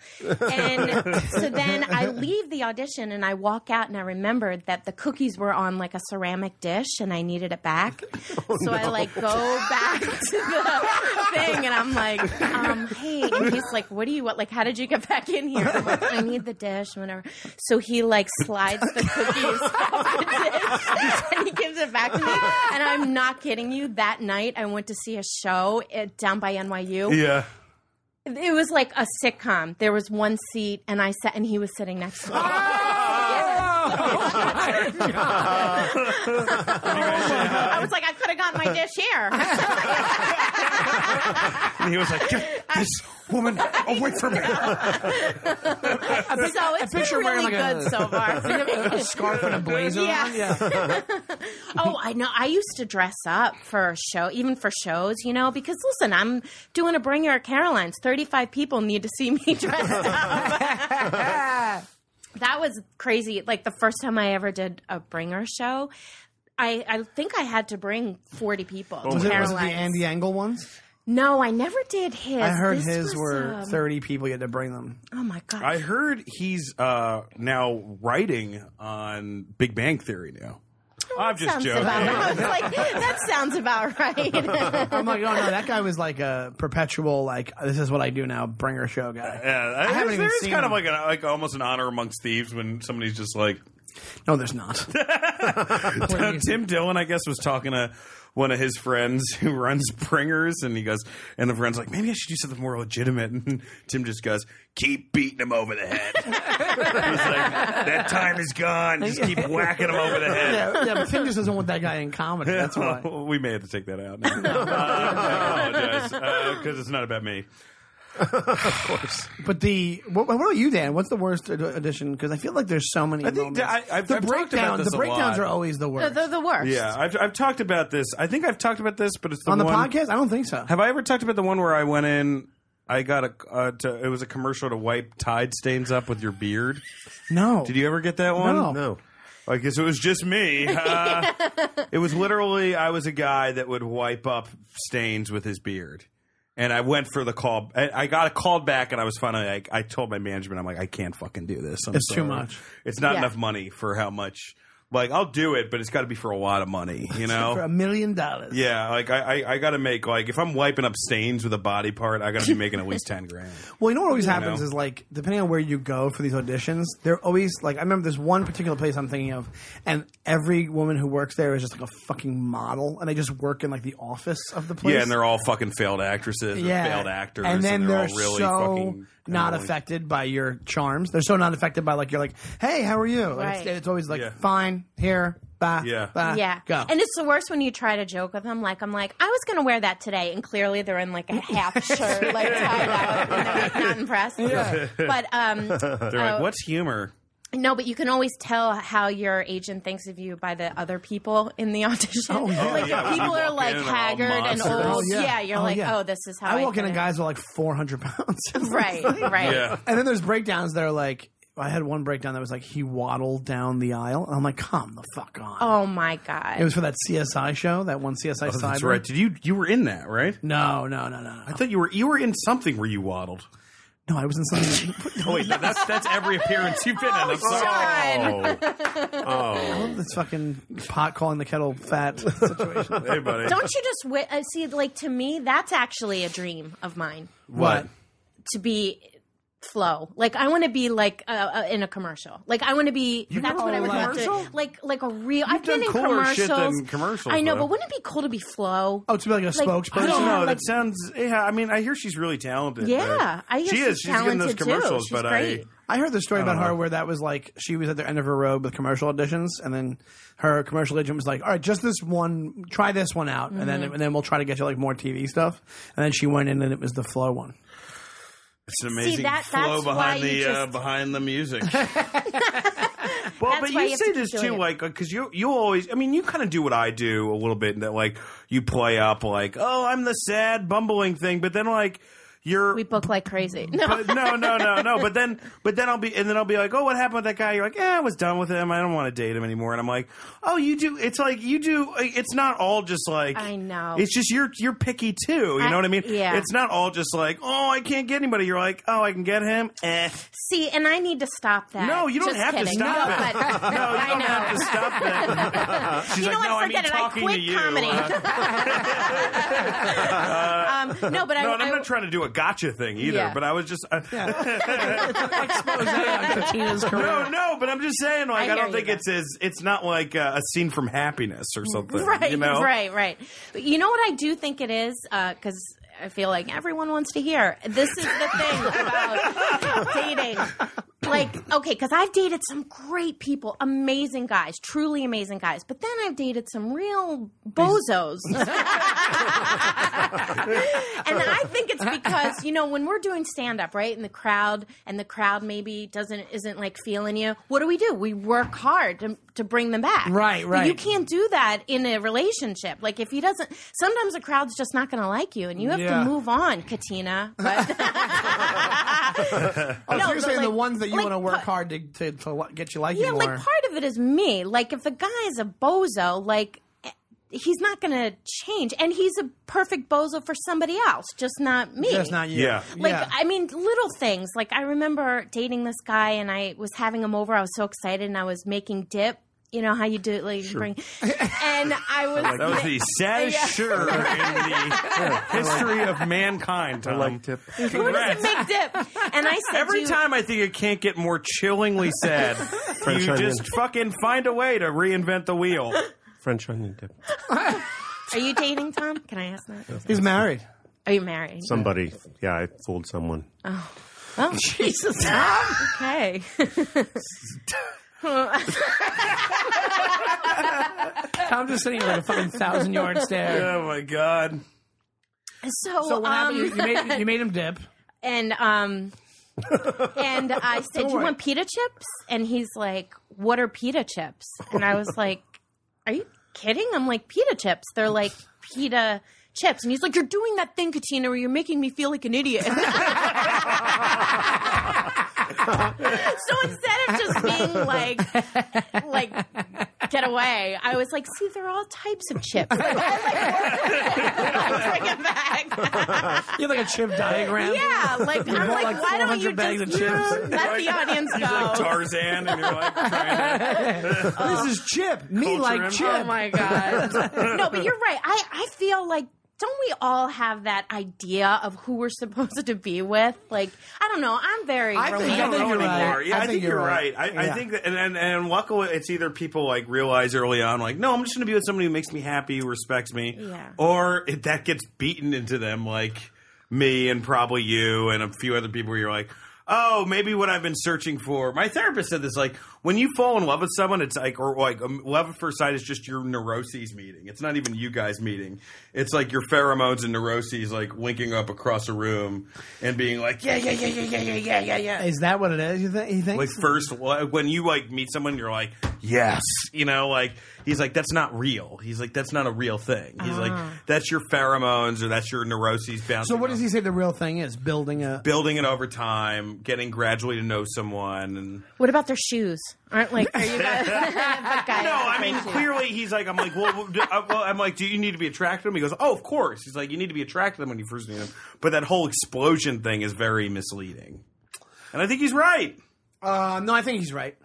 S6: and so then I leave the audition, and I walk out, and I remembered that the cookies were on like a ceramic dish, and I needed it back. So I like go back to the thing and I'm like, um, hey, and he's like, what do you what like how did you get back in here? I'm like, I need the dish, whatever. So he like slides the cookies [laughs] off the dish and he gives it back to me. And I'm not kidding you, that night I went to see a show at, down by NYU.
S1: yeah.
S6: It was like a sitcom. There was one seat and I sat and he was sitting next
S3: Oh!
S6: [laughs] to me. [laughs] I was like, I could have gotten my dish here.
S3: [laughs]
S1: And he was like, "Get this woman
S3: oh,
S1: away [laughs] from me!"
S6: So it's
S3: picture
S6: been really
S3: wearing, like,
S6: good
S3: a-
S6: so
S3: [laughs]
S6: far. [laughs]
S3: A [laughs] scarf and a blazer.
S6: Yeah.
S3: [laughs] on? yeah.
S6: oh, I know. I used to dress up for a show, even for shows, you know, because listen, I'm doing a Bring Your Carolines. 35 people need to see me [laughs] dressed up. that was crazy. Like the first time I ever did a Bringer show. I, I think I had to bring 40 people to
S3: Oh, Was it, was it the
S6: Carolines.
S3: Andy Angle ones?
S6: no, I never did his.
S3: I heard
S6: This
S3: his
S6: was,
S3: were
S6: um,
S3: 30 people you had to bring them.
S6: Oh my god!
S1: I heard he's uh, now writing on Big Bang Theory now. I'm just
S6: Oh, sounds
S1: joking.
S6: about. I was like, that sounds about right. [laughs]
S3: I'm like, oh no, that guy was like a perpetual, like, this is what I do now, bringer show guy.
S1: Yeah,
S3: haven't
S1: there's,
S3: even
S1: there's
S3: seen
S1: kind of
S3: him.
S1: like an like almost an honor amongst thieves when somebody's just
S3: [laughs]
S1: like [laughs]
S3: No, there's not.
S1: Tim Dillon, I guess, was talking to one of his friends who runs Pringers, and he goes, and the friend's like, maybe I should do something more legitimate. [laughs] And Tim just goes, keep beating him over the head. [laughs] He's like, that time is gone. Just keep whacking him over the head.
S3: [laughs] yeah, yeah, but Tim just doesn't want that guy in
S1: [laughs]
S3: comedy. That's why.
S1: we may have to take that out. [laughs] now. Uh, I apologize because it's not about me.
S3: But the what, what about you, Dan? What's the worst ed- edition? Because I feel like there's so many.
S1: I think
S3: moments.
S1: that I- I've-
S3: the
S1: I've talked about
S3: breakdown,
S1: this
S3: the
S1: a
S3: breakdowns
S1: lot.
S3: are always the worst.
S6: They're the worst.
S1: Yeah, I've, I've talked about this. I think I've talked about this, but it's the
S3: On the
S1: one-
S3: podcast, I don't think so.
S1: Have I ever talked about the one where I went in? I got a. Uh, to, it was a commercial to wipe Tide stains up with your beard.
S3: no.
S1: Did you ever get that one?
S3: No.
S2: No.
S1: I guess it was just me. Uh, it was literally I was a guy that would wipe up stains with his beard. And I went for the call. I I got called back, and I was finally. I, I told my management, "I'm like, I can't fucking do this. I'm
S3: It's too
S1: sorry.
S3: much.
S1: It's not
S6: Yeah.
S1: enough money for how much. Like, I'll do it, but it's got to be for a lot of
S3: [laughs]
S1: money. You know,
S3: for a million dollars?
S1: Oh. yeah, like I, I, I got to make like if I'm wiping up stains with a body part, I got to be making at least ten
S3: [laughs]
S1: grand.
S3: Well, you know what always happens
S1: know?
S3: is like depending on where you go for these auditions, they're always like I remember there's one particular place I'm thinking of, and every woman who works there is just like a fucking model, and they just work in like the office of the place.
S1: Yeah, and they're all fucking failed actresses, or
S3: Yeah.
S1: failed actors,
S3: and then
S1: they're,
S3: they're,
S1: all really
S3: so
S1: fucking
S3: not
S1: annoying.
S3: affected by your charms. They're so not affected by like you're like, hey, how are you? And
S6: Right.
S3: It's, it's always like
S1: Yeah.
S3: fine here, bye,
S1: Yeah.
S3: bye,
S6: Yeah.
S3: go.
S6: And it's the worst when you try to joke with them. Like, I'm like, I was going to wear that today. And clearly they're
S1: [laughs]
S6: in like a half shirt, like tied out. You know, like, not impressed. But,
S1: [laughs]
S6: um,
S1: They're like, "What's humor?"
S6: no, but you can always tell how your agent thinks of you by the other people in the [laughs] audition. like,
S1: Oh, yeah.
S6: if people
S1: You
S6: are
S1: walk in and
S6: like
S1: they're all
S6: haggard and
S1: monsters.
S6: old.
S1: Oh,
S6: yeah.
S3: yeah.
S6: You're
S3: Oh,
S6: like,
S3: yeah.
S6: oh, this is how I,
S3: I walk in and
S6: fit
S3: guys are like 400 pounds. [laughs]
S6: [laughs]
S1: [laughs]
S6: Right, right.
S1: Yeah.
S3: And then there's breakdowns that are like, I had one breakdown that was like, he waddled down the aisle. And I'm like, come the fuck on.
S6: Oh my God.
S3: It was for that CSI show, that one CSI cyber.
S1: That's right. Did you you were in that right?
S3: No, no, no, no, no.
S1: I thought you were you were in something where you waddled.
S3: No, I was in [laughs] something.
S1: Oh wait, no, that's that's every appearance you've been in. I'm sorry.
S2: Oh,
S3: That's fucking pot calling the kettle fat situation.
S1: Oh, Hey, buddy.
S6: Don't you just wi- uh, see? Like to me, that's actually a dream of mine
S1: what?
S6: to be flow. Like I want to be like uh, uh, in a commercial. Like I want to be. that's what I would love to.
S3: commercial?
S6: Like like a real. I've
S1: done
S6: been in
S1: cooler
S6: commercials.
S1: shit than commercials,
S6: I know,
S1: though.
S6: but wouldn't it be cool to be flow?
S3: Oh, to be like a
S6: Like,
S3: spokesperson.
S1: I don't know.
S6: Yeah, like-
S1: that sounds. Yeah, I mean, I hear she's really talented.
S6: Yeah,
S1: but
S6: I hear
S1: she
S6: she's
S1: is. She's getting those
S6: talented, too.
S1: commercials,
S6: She's
S1: but
S6: great.
S3: I heard the story about
S1: know.
S3: her where that was like she was at the end of her road with commercial auditions, and then her commercial agent was like, "All right, just this one, try this one out, and
S1: Mm-hmm.
S3: then and then we'll try to get you like more TV stuff." And then she went in, and it was the flow one.
S1: I, it's an amazing
S6: that-
S1: flow
S6: that's why
S1: behind the
S6: you
S1: uh,
S6: just-
S1: behind the
S6: [laughs]
S1: music. well, but
S6: why
S1: you,
S6: you have
S1: say
S6: to
S1: this
S6: keep
S1: too,
S6: doing it.
S1: like because you you always. I mean, you kind of do what I do a little bit in that, like you play up, like oh, I'm the sad bumbling thing, but then like you're
S6: We book like crazy. [laughs] No.
S1: but no, no, no, no. But then, but then I'll be, and then I'll be like, oh, what happened with that guy? You're like, yeah, I was done with him. I don't want to date him anymore. And I'm like, oh, you do. It's like you do. It's not all just like
S6: I know.
S1: It's just you're you're picky too. You
S6: I-
S1: know what I mean?
S6: yeah.
S1: It's not all just like, oh, I can't get anybody. You're like, oh, I can get him. Eh.
S6: See, and I need to stop that.
S1: No, you don't
S6: Just
S1: have to
S6: kidding.
S1: stop
S6: no, [laughs]
S1: it. [laughs]
S6: But,
S1: No, you
S6: I
S1: don't
S6: know.
S1: have to stop that.
S6: [laughs]
S1: She's
S6: You know
S1: like, no,
S6: what? Forget
S1: I mean
S6: it. I
S1: talking
S6: quit
S1: to you.
S6: comedy.
S1: [laughs] Uh,
S6: [laughs] um, no, but I,
S1: no, and
S6: I,
S1: I'm not trying to do a gotcha thing either.
S6: Yeah.
S1: But I was just. I- [laughs]
S3: Tina's career.
S1: No, no, but I'm just saying, like,
S6: I
S1: I,
S6: hear
S1: don't
S6: you,
S1: think
S6: though.
S1: it's as it's not like uh, a scene from Happiness or something.
S6: [laughs] Right,
S1: you know?
S6: right, right. You know what I do think it is because I feel like everyone wants to hear. This is the thing about dating. Like, okay, because I've dated some great people, amazing guys, truly amazing guys, but then I've dated some real bozos. and I think it's because, you know, when we're doing stand up, right, and the crowd and the crowd maybe doesn't isn't like feeling you, what do we do? We work hard to, to bring them back.
S3: Right,
S6: But
S3: right.
S6: you can't do that in a relationship. Like if he doesn't, sometimes the crowd's just not going to like you, and you have
S3: Yeah.
S6: to move on, Katina. But
S3: Oh, so
S6: [laughs] No,
S3: you're
S6: but
S3: saying the
S6: like-
S3: ones that you
S6: like
S3: want to work
S6: pa-
S3: hard to, to, to li- get you like
S6: yeah,
S3: you
S6: like
S3: more.
S6: part of it is me. Like if the guy is a bozo, like eh, he's not going to change, and he's a perfect bozo for somebody else, just not me.
S3: That's not you.
S1: Yeah.
S6: Like
S3: yeah.
S6: I mean, little things. Like I remember dating this guy, and I was having him over. I was so excited, and I was making dip. You know how you do it, like
S3: [laughs]
S6: you bring. And I was
S1: That was the saddest
S6: [laughs] Yeah.
S1: sure in the history of mankind. Tom.
S4: like tip.
S6: [laughs] Who doesn't
S1: Congrats.
S6: make dip? And I said,
S1: Every
S6: "You-
S1: time I think it can't get more chillingly sad,
S4: French
S1: you
S4: onion.
S1: just fucking find a way to reinvent the wheel.
S4: French onion dip.
S6: Are you dating Tom? Can I ask that?
S3: He's married.
S6: Are you married?
S4: Somebody, yeah, I fooled someone.
S6: Oh, [laughs] Jesus.
S3: [laughs]
S6: Tom. okay. [laughs]
S3: I'm just sitting here like a fucking thousand yard stare.
S1: Oh my god!
S6: So,
S3: So what happened? You,
S6: um,
S3: you, made, you made him dip.
S6: and um, and I said, "Do you want pita chips?" And he's like, "What are pita chips?" And I was like, "Are you kidding?" I'm like, "Pita chips." They're like pita chips, and he's like, "You're doing that thing, Katina, where you're making me feel like an idiot." [laughs] So instead of just being like, like, get away, I was like, see, there are all types of chips. [laughs] I like, bring it back. [laughs]
S3: You have like a chip diagram.
S6: yeah, like, I'm like,
S3: like
S6: why don't you
S3: 400 bags
S6: just
S3: of chips.
S6: [laughs] let
S1: [laughs]
S6: the audience go?
S1: Tarzan, and you're like, trying to-
S3: [laughs] This is chip. Me
S1: Culture
S3: like
S1: impact.
S3: chip.
S6: Oh my god!
S3: [laughs]
S6: no, but you're right. I I feel like don't we all have that idea of who we're supposed to be with? Like I don't know. I'm very
S3: I think-
S1: I
S6: romantic.
S1: don't know
S3: you're right.
S1: anymore. Yeah, I, think, you're right. I,
S3: Yeah.
S1: I think that, and, and and luckily, it's either people like realize early on, like, no, I'm just going to be with somebody who makes me happy, who respects me,
S6: Yeah.
S1: or it, that gets beaten into them, like me and probably you and a few other people. Where you're like, oh, maybe what I've been searching for. My therapist said this, like, when you fall in love with someone, it's like, or like, um, love at first sight is just your neuroses meeting. It's not even you guys meeting. It's like your pheromones and neuroses like linking up across a room and being like, yeah, yeah, yeah, yeah, yeah, yeah, yeah, yeah, yeah
S3: Is that what it is? You think? You think?
S1: like first wh- when you like meet someone you're like yes you know like he's like that's not real he's like that's not a real thing he's
S3: Ah.
S1: like that's your pheromones or that's your neuroses bouncing
S3: so what does
S1: off.
S3: he say? The real thing is building a.
S1: building it over time getting gradually to know someone and
S6: What about their shoes? Aren't like are
S1: [laughs]
S6: you guys? [laughs] but guys
S1: No, I
S6: are
S1: mean
S6: cute.
S1: clearly he's like I'm like well, well, do- uh, well I'm like do you need to be attracted to him? He goes oh of course. He's like you need to be attracted to them when you first meet him. But that whole explosion thing is very misleading, and I think he's right.
S3: Uh, no, I think he's right.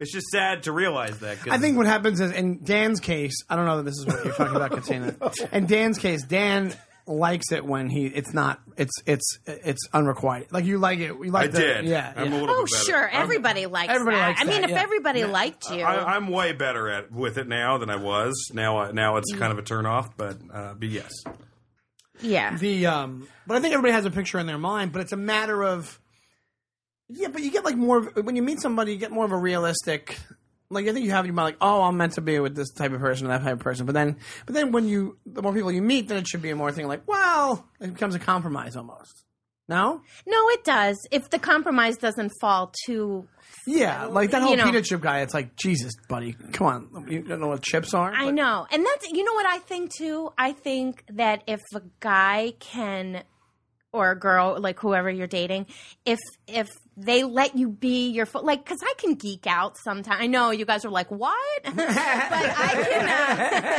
S1: It's just sad to realize that. 'cause-
S3: I think what happens is in Dan's case, I don't know that this is what you're talking about, Katina. In Dan's case, Dan likes it when he it's not it's it's it's unrequited. Like you like it. You like
S1: I
S3: the-
S1: did.
S3: Yeah.
S1: I'm
S3: yeah.
S1: a little
S6: Oh
S1: bit better.
S6: sure,
S1: I'm-
S6: everybody likes
S3: Everybody
S6: that.
S3: likes
S6: I mean,
S3: that,
S6: if
S3: yeah.
S6: everybody liked you,
S1: I, I'm way better at with it now than I was. Now, I- now it's kind of a turnoff, but uh, but yes,
S6: yeah.
S3: the um but I think everybody has a picture in their mind, but it's a matter of yeah, but you get like more of, when you meet somebody, you get more of a realistic. Like I think you have in your mind, like oh, I'm meant to be with this type of person, or that type of person. But then, but then when you the more people you meet, then it should be a more thing like well, it becomes a compromise almost. No,
S6: No, it does. If the compromise doesn't fall too,
S3: yeah, like that whole
S6: You know.
S3: pita chip guy. It's like Jesus, buddy, come on, you don't know what chips are.
S6: I
S3: But-
S6: know. And that's you know what I think too. I think that if a guy can or a girl, like whoever you're dating, if if they let you be your foot, like because I can geek out sometimes. I know you guys are like, what? [laughs] but I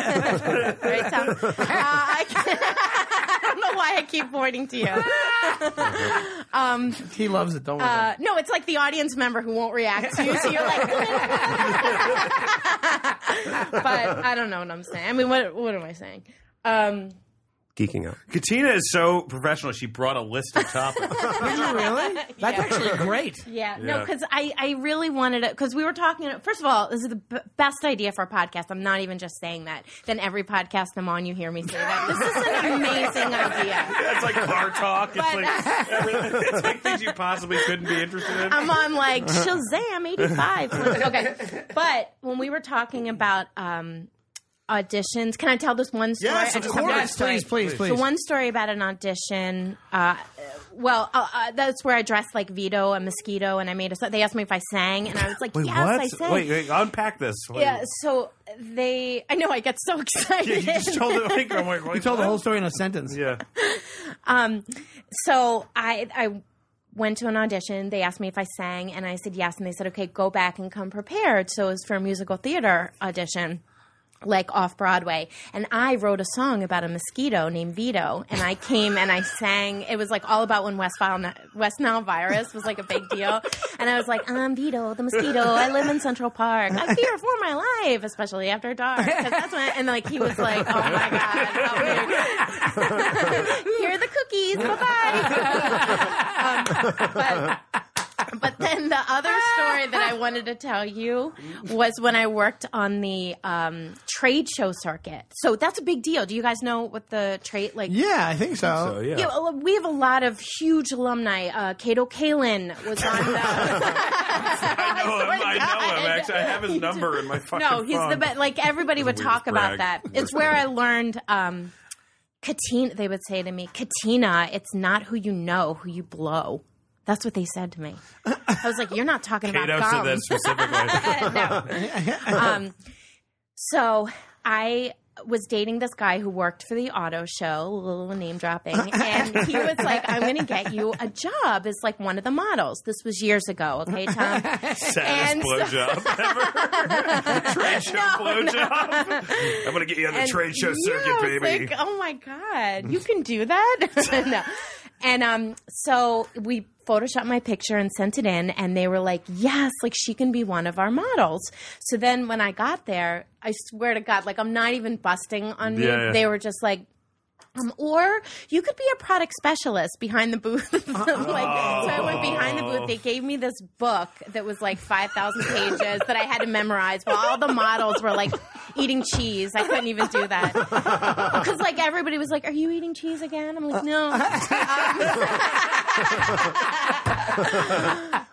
S6: can. Uh, right, Tom? Uh, I, can, [laughs] I don't know why I keep pointing to you.
S3: He loves it. Don't worry.
S6: Uh, no, it's like the audience member who won't react to you, so you're like. [laughs] but I don't know what I'm saying. I mean, what what am I saying? Um,
S4: Geeking out.
S1: Katina is so professional. She brought a list of topics. [laughs]
S6: Uh,
S3: Did you
S6: [laughs]
S3: really? That's actually great.
S6: yeah, no,
S1: Yeah.
S6: because I, I really wanted to because we were talking. First of all, this is the b- best idea for a podcast. I'm not even just saying that. Then every podcast I'm on, you hear me say that. This is an amazing idea.
S1: it's like car talk. It's
S6: But-
S1: like everything- it's like things you possibly couldn't be interested in.
S6: I'm, I'm like Shazam, eighty
S1: [laughs]
S6: five. Okay, but when we were talking about um, auditions, can I tell this one story?
S1: Yes,
S6: I
S1: of
S6: just have one
S1: course.
S6: story.
S3: Please, please, please.
S6: So one story about an audition. Uh, well, uh, uh, that's where I dressed like Vito, a mosquito, and I made a. song. They asked me if I sang, and I was like, "Yes, I sang."
S1: Wait, wait, unpack this. Wait.
S6: Yeah, so they. I know I get so [laughs]
S1: Yeah,
S6: excited.
S1: you just told it like I'm like,
S3: You told the whole story in a sentence.
S6: [laughs]
S1: Yeah.
S6: so I I went to an audition. They asked me if I sang, and I said yes. And they said, okay, go back and come prepared. So it was for a musical theater audition. Like off Broadway, and I wrote a song about a mosquito named Vito, and I came and I sang. It was like all about when West Nile, West Nile virus was like a big deal, and I was like, "I'm Vito, the mosquito. I live in Central Park. I fear for my life, especially after dark." 'Cause that's when, and like he was like, "Oh my god, help me." here are the cookies. Bye bye. but, but then the other story that I wanted to tell you was when I worked on the um, trade show circuit. So that's a big deal. Do you guys know what the trade like?
S3: Yeah, I think so.
S1: yeah.
S6: Yeah, well, we have a lot of huge alumni. Uh, Kato Kalin was on that.
S1: I know him. I know him. Actually, I have his number in my fucking
S6: No, he's the
S1: phone.
S6: best. Like everybody would
S1: That's the weirdest
S6: talk about that.
S1: brag.
S6: It's where I learned. Um, Katina, they would say to me, Katina, it's not who you know, who you blow. That's what they said to me. I was like, you're not talking
S1: Kato
S6: about
S1: said
S6: gum.
S1: that
S6: [laughs]
S1: specifically.
S6: So I was dating this guy who worked for the auto show, a little name
S1: [laughs]
S6: dropping, and he was like, I'm going to get you a job as like one of the models. This was years ago, okay,
S1: [laughs]
S6: Tom?
S1: Saddest
S6: And so-
S1: blowjob [laughs]
S6: [laughs]
S1: ever. trade show blowjob. I'm gonna get you on the
S6: And-
S1: trade show
S6: yeah,
S1: circuit,
S6: I was
S1: baby.
S6: like, oh my god, you can do that. [laughs] no. And um, so we photoshopped my picture and sent it in, and they were like, yes, like she can be one of our models. So then when I got there, I swear to God, like I'm not even busting on me.
S1: Yeah, yeah.
S6: They were just like. Um, or you could be a product specialist behind the booth. [laughs] like, so I
S1: Oh.
S6: went behind the booth. They gave me this book that was like 5,000 pages that I had to memorize while all the models were like eating cheese. I couldn't even do that. [laughs] Because like everybody was like, Are you eating cheese again? I'm like, No. [laughs]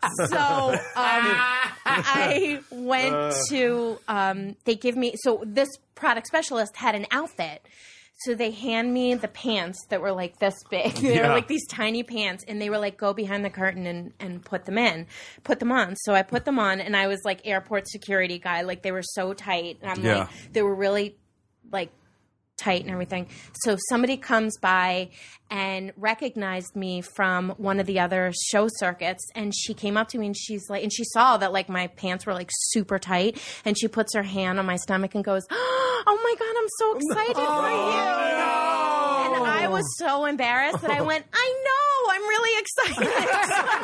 S6: Um, so um, I went
S1: Uh.
S6: to um, they give me so this product specialist had an outfit. So they hand me the pants that were like this big. [laughs] They
S1: Yeah.
S6: were like these tiny pants, and they were like, "Go behind the curtain and and put them in, put them on." So I put them on, and I was like airport security guy. Like they were so tight, and I'm
S1: Yeah.
S6: like, they were really like tight and everything. So somebody comes by and recognized me from one of the other show circuits and she came up to me and she's like and she saw that like my pants were like super tight and she puts her hand on my stomach and goes, [gasps] "Oh my god, I'm so excited for you." And I was so embarrassed that I went, I know, I'm really [laughs] excited.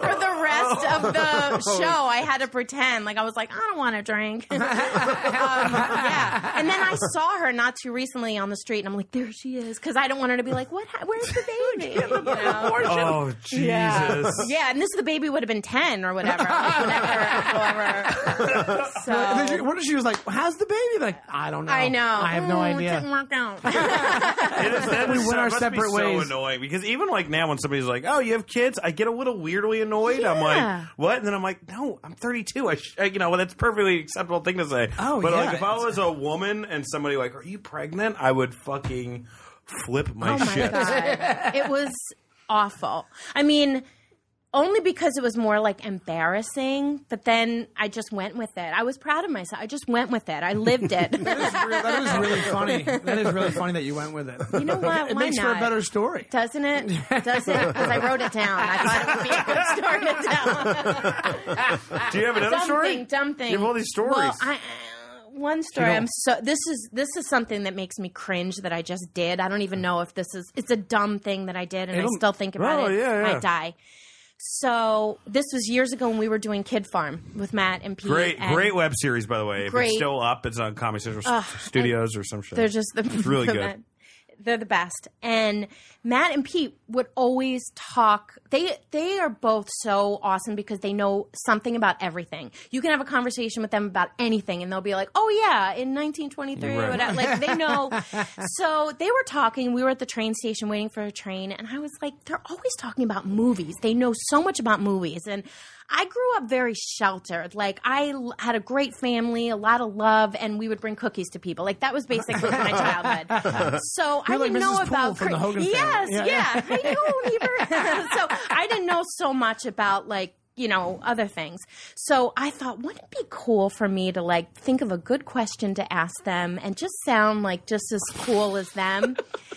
S6: For the rest of the show, I had to pretend. Like, I was like, I don't want a drink. [laughs] um, yeah. And then I saw her not too recently on the street, and I'm like, there she is. Because I don't want her to be like, what? ha- Where's the baby? You [laughs] know?
S1: Oh Jesus!
S6: Yeah, and this the baby would have been 10 or whatever. Like, whatever, however.
S3: And then she-
S6: So,
S3: what if she was like, "How's the baby?" Like, I don't know.
S6: I know.
S3: I have no
S6: Mm, it
S3: idea.
S6: Didn't work out.
S1: It is- that
S3: We
S1: is
S3: went
S1: so-
S3: our
S1: must be
S3: separate
S1: So
S3: ways.
S1: annoying because even like now when somebody's like, "Oh, you have kids," I get a little weirdly annoyed. I'm
S6: Yeah.
S1: like, "What?" And then I'm like, "No, I'm 32. I, sh- I you know, well, that's a perfectly acceptable thing to say."
S3: Oh,
S1: but
S3: yeah.
S1: like if I was a woman and somebody like, "Are you pregnant?" I would fucking flip my
S6: Oh my
S1: shit.
S6: god, it was awful. I mean, only because it was more like embarrassing, but then I just went with it. I was proud of myself. I just went with it. I lived it.
S3: That's real- that is really [laughs] funny. That is really funny that you went with it.
S6: You know what?
S3: It
S6: Why
S3: makes for a
S6: not?
S3: better story.
S6: Doesn't it? Does it? Because I wrote it down. I thought it would be a good story to tell.
S1: Do you have another
S6: dumb
S1: story?
S6: thing, dumb thing.
S1: You have all these stories.
S6: Well, I, uh, one story. I'm so. This is this is something that makes me cringe that I just did. I don't even know if this is. It's a dumb thing that I did, and I
S1: It'll-
S6: still think about
S1: Oh,
S6: it.
S1: yeah, yeah.
S6: I die. So this was years ago when we were doing Kid Farm with Matt and Pete.
S1: Great,
S6: and
S1: great web series, by the way. If
S6: Great.
S1: it's still up, it's on Comedy Central Studios or some shit. [laughs]
S6: They're just [laughs] the
S1: It's really good.
S6: They're the best. And Matt and Pete would always talk. They they are both so awesome because they know something about everything. You can have a conversation with them about anything and they'll be like, "Oh yeah, in 1923
S1: Right.
S6: or whatever." Like they know. so they were talking, we were at the train station waiting for a train and I was like, "They're always talking about movies. They know so much about movies." And I grew up very sheltered. Like I l- had a great family, a lot of love, and we would bring cookies to people. Like that was basically my childhood. So I
S3: You're like
S6: didn't know
S3: Mrs. Poole
S6: about
S3: from the
S6: cra-
S3: Hogan family.
S6: yes,
S3: Yeah,
S6: yeah,
S3: yeah.
S6: I
S3: [laughs]
S6: know Weaver. so I didn't know so much about like you know other things. So I thought, wouldn't it be cool for me to like think of a good question to ask them and just sound like just as cool as
S3: [laughs]
S6: them?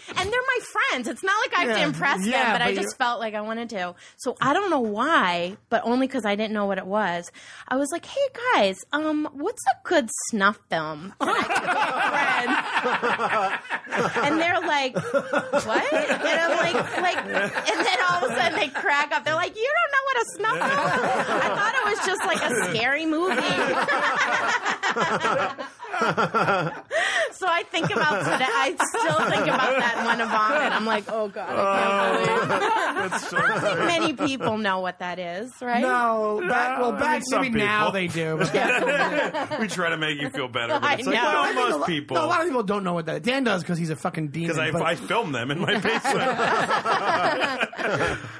S6: and they're my friends. It's not like I have
S3: Yeah.
S6: to impress
S3: Yeah,
S6: them, but,
S3: but
S6: I
S3: you-
S6: just felt like I wanted to. So I don't know why, but only because I didn't know what it was. I was like, "Hey guys, um, what's a good snuff film?"
S3: [laughs]
S6: that I could make friends?" and they're like, "What?" And I'm like, "Like," and then all of a sudden they crack up. They're like, "You don't know what a snuff film?" is?" I thought it was just like a scary movie. So I think about today. I still think about that and want to vomit. I'm like, oh god. I can't believe-
S1: That's so
S6: I don't think many people know what that is, right?
S3: No, back, well,
S1: No,
S3: back
S1: Uh, some
S3: maybe
S1: people.
S3: now they do.
S1: [laughs]
S3: But
S1: we try to make you feel better, but
S6: I
S1: it's like,
S6: know.
S1: well,
S6: I think
S1: most
S3: a lot,
S1: people.
S3: no, a lot of people don't know what that. Dan does because he's a fucking demon.
S1: because I,
S3: but-
S1: I film them in my
S6: [laughs]
S1: basement.
S6: I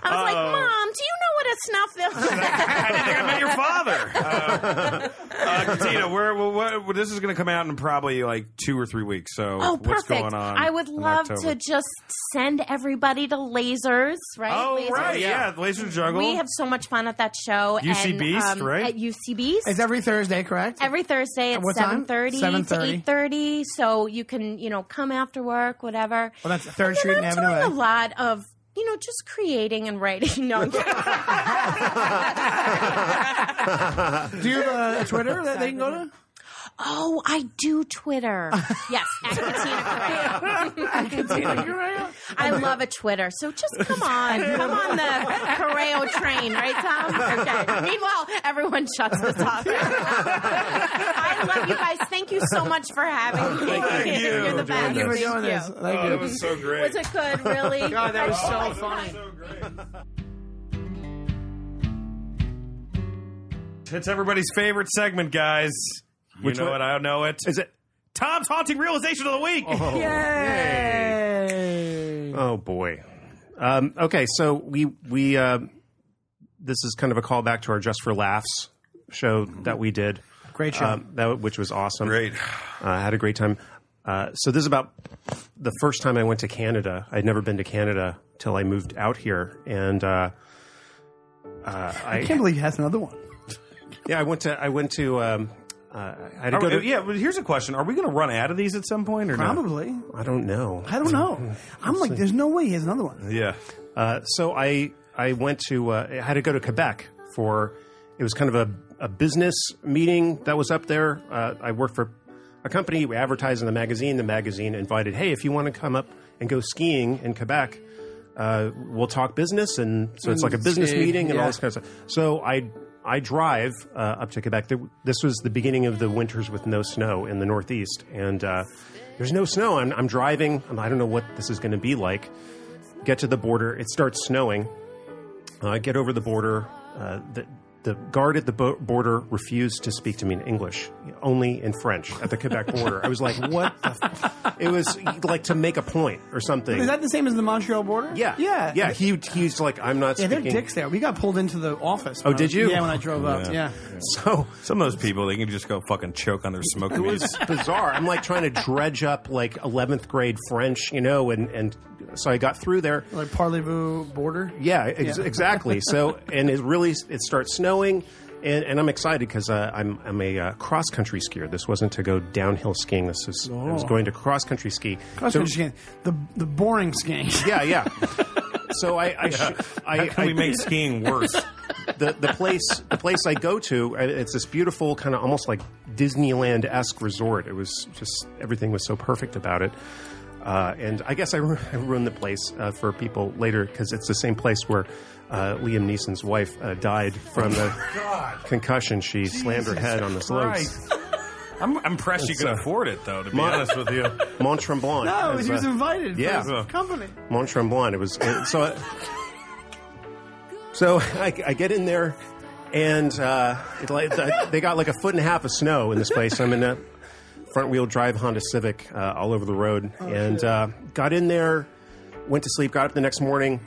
S6: was like, Mom, do you know what a snuff film is? [laughs]
S1: I didn't think I met your father. Uh, uh, Katina, we're, we're, we're, this is going to come out in probably like two or three weeks. So
S6: oh,
S1: what's
S6: perfect.
S1: going on?
S6: I would
S1: in
S6: love to
S1: October?
S6: just send everybody to lasers, right?
S1: Oh
S6: Lasers.
S1: right, yeah, Laser Juggle.
S6: We have so much fun at that show.
S1: UC
S6: and,
S1: Beast,
S6: um,
S1: right?
S6: At UC Beast.
S3: It's every Thursday, correct?
S6: Every Thursday at
S3: what time?
S6: seven thirty to
S3: 7:30.
S6: eight thirty, so you can you know come after work, whatever.
S3: well, that's Third
S6: And
S3: Street
S6: I'm
S3: and Avenue eh?
S6: doing
S3: A.
S6: a lot of you know just creating and writing. [laughs] No, I'm kidding.
S3: Do you have a Twitter that they can go to?
S6: Oh, I do [laughs] Twitter. yes, at Katina Correa. [laughs] I love a Twitter. So [laughs] just come on. Come on [laughs] the Correo train, right, Tom? Okay. [laughs] Meanwhile, everyone shuts us off. [laughs] I love you guys. Thank you so much for
S3: [laughs]
S6: having me.
S1: Thank you.
S6: are the best.
S1: Thank
S3: Thank you for
S6: Thank
S3: doing
S6: you.
S3: this. Thank
S1: Oh,
S3: you.
S1: that was
S6: [laughs]
S1: so great.
S6: Was it good, really?
S3: God, that was
S6: [laughs]
S3: so funny.
S1: It's everybody's favorite segment, guys. You
S4: Which
S1: know
S4: one?
S1: it. I know it.
S4: Is it?
S1: Tom's haunting realization of the week.
S4: Oh,
S3: Yay!
S4: Oh boy. Um, okay, so we we uh, this is kind of a callback to our Just for Laughs show that we did.
S3: Mm-hmm. Great show.
S4: Um, that which was awesome.
S1: Great.
S4: Uh, I had a great time. Uh, so this is about the first time I went to Canada. I'd never been to Canada till I moved out here, and uh, uh,
S3: [laughs] I can't believe he has another one.
S4: yeah, I went to I went to um, uh, I had to
S1: Are
S4: go
S1: we-
S4: to.
S1: yeah, but here's a question: Are we going to run out of these at some point, or no?
S3: Probably.
S4: I don't know.
S3: I don't know. I'm like, there's no way he has another one.
S1: Yeah,
S4: Uh, so I I went to uh, I had to go to Quebec for it was kind of a, a business meeting that was up there. Uh, I worked for a company. We advertised in the magazine. The magazine invited, hey, if you want to come up and go skiing in Quebec, uh, we'll talk business. And so it's like a business
S3: Ski,
S4: meeting and all
S3: yeah.
S4: this kind of stuff. So I I drive uh, up to Quebec. There- This was the beginning of the winters with no snow in the Northeast, and uh, there's no snow. I'm, I'm driving. and I don't know what this is going to be like get to the border. It starts snowing. Uh, I get over the border. Uh, the, the guard at the bo- border refused to speak to me in English, only in French at the Quebec border. I was like, what the f-? It was like to make a point or something.
S3: Is that the same as the Montreal border?
S4: yeah.
S3: Yeah.
S4: Yeah. He, he's like, I'm not
S3: Yeah, they're
S4: speaking. Oh,
S3: dicks there. We got pulled into the office. when I
S4: did
S3: was-
S4: you?
S3: Yeah, when I drove up. Yeah.
S4: [laughs] So
S1: some of those people they can just go fucking choke on their smoking
S4: it
S1: weed.
S4: was bizarre. I'm like trying to dredge up like 11th grade French, you know, and, and so I got through there.
S3: Like Parlez-vous border.
S4: Yeah, ex-
S3: Yeah.
S4: exactly. So, and it really it starts snowing, and, and I'm excited because uh, I'm I'm a uh, cross country skier. This wasn't to go downhill skiing. This is I
S1: Oh.
S4: was going to cross country ski.
S3: Cross
S4: So-
S3: country skiing. The the boring skiing.
S4: [laughs]
S1: [laughs]
S4: yeah, yeah. So I, I, sh- I,
S1: How can
S4: I
S1: we make skiing [laughs] worse?
S4: the, the place the place I go to. uh, It's this beautiful kind of almost like Disneyland esque resort. It was just everything was so perfect about it. Uh, and I guess I, ru- I ruined the place uh, for people later because it's the same place where uh, Liam Neeson's wife uh, died from the concussion. She slammed her head on the slopes.
S1: Christ. uh, I'm impressed you can afford it, though. To be honest with you,
S4: Mont Tremblant.
S3: [laughs] No,
S4: is,
S3: he was
S4: uh,
S3: invited. for
S4: yeah.
S3: his company.
S4: Mont Tremblant. It was it- so. I, so I, I get in there, and uh, it, like, the- they got like a foot and a half of snow in this place. I'm in a front wheel drive Honda Civic uh, all over the road, and uh, got in there, went to sleep, got up the next morning,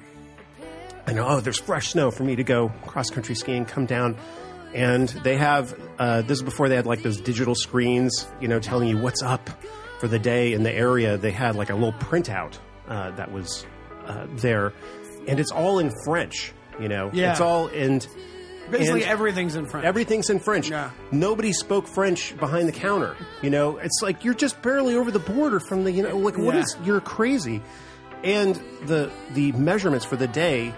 S4: and oh, there's fresh snow for me to go cross country skiing. Come down. And they have uh, this is before they had like those digital screens, you know, telling you what's up for the day in the area. They had like a little printout uh, that was uh, there, and it's all in French. You know,
S3: Yeah.
S4: it's all and
S3: Basically,
S4: and-
S3: everything's in front.
S4: Everything's in French.
S3: Yeah.
S4: Nobody spoke French behind the counter. You know, it's like you're just barely over the border from the. You know, like what
S3: Yeah.
S4: is? You're crazy. And the the measurements for the day,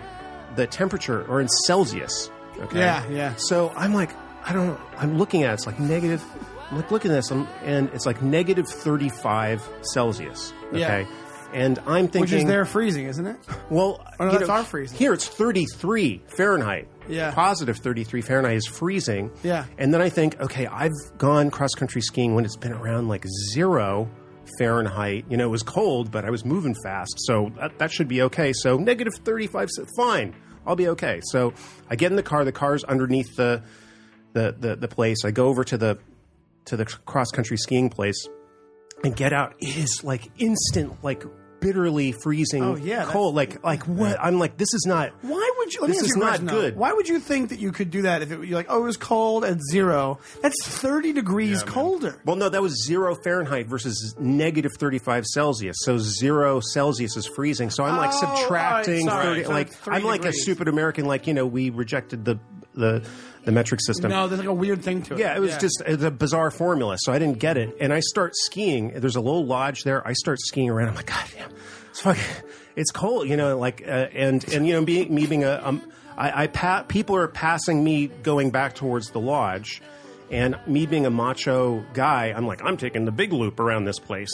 S4: the temperature are in Celsius. Okay.
S3: Yeah, yeah.
S4: So I'm like, I don't. know. I'm looking at it, it's like negative. I'm like looking at this, I'm, and it's like negative 35 Celsius.
S3: Yeah.
S4: Okay. And I'm thinking,
S3: which is their freezing, isn't it?
S4: well,
S3: Oh, no,
S4: you
S3: that's
S4: know,
S3: our freezing.
S4: Here it's 33 Fahrenheit.
S3: Yeah.
S4: Positive 33 Fahrenheit is freezing.
S3: Yeah.
S4: And then I think, okay, I've gone cross country skiing when it's been around like zero Fahrenheit. You know, it was cold, but I was moving fast. So that, that should be okay. So negative 35, so fine. I'll be okay. So I get in the car. The car's underneath the, the, the, the place. I go over to the, to the cross country skiing place and get out it is like instant like bitterly freezing
S3: Oh, yeah, that's-
S4: cold like like what i'm like this is not
S3: Why would you? Let me
S4: This
S3: ask
S4: is
S3: you a
S4: not
S3: question, though.
S4: good.
S3: Why would you think that you could do that if it, you're like, oh, it was cold at zero? That's thirty degrees colder.
S4: well no that was zero fahrenheit versus negative 35 celsius so zero celsius is freezing so i'm like
S3: Oh,
S4: subtracting
S3: all right, sorry.
S4: 30,
S3: So
S4: like
S3: it's three
S4: i'm like a
S3: degrees.
S4: stupid american like you know we rejected the the the metric system
S3: No, there's like a weird thing to it.
S4: Yeah, it was just it's a bizarre formula, so I didn't get it. And I start skiing. There's a little lodge there. I start skiing around. I'm like, God damn, it's fucking, it's cold, you know. Like, uh, and and you know, being, me being a, um, I, I pa- people are passing me going back towards the lodge, and me being a macho guy, I'm like, I'm taking the big loop around this place.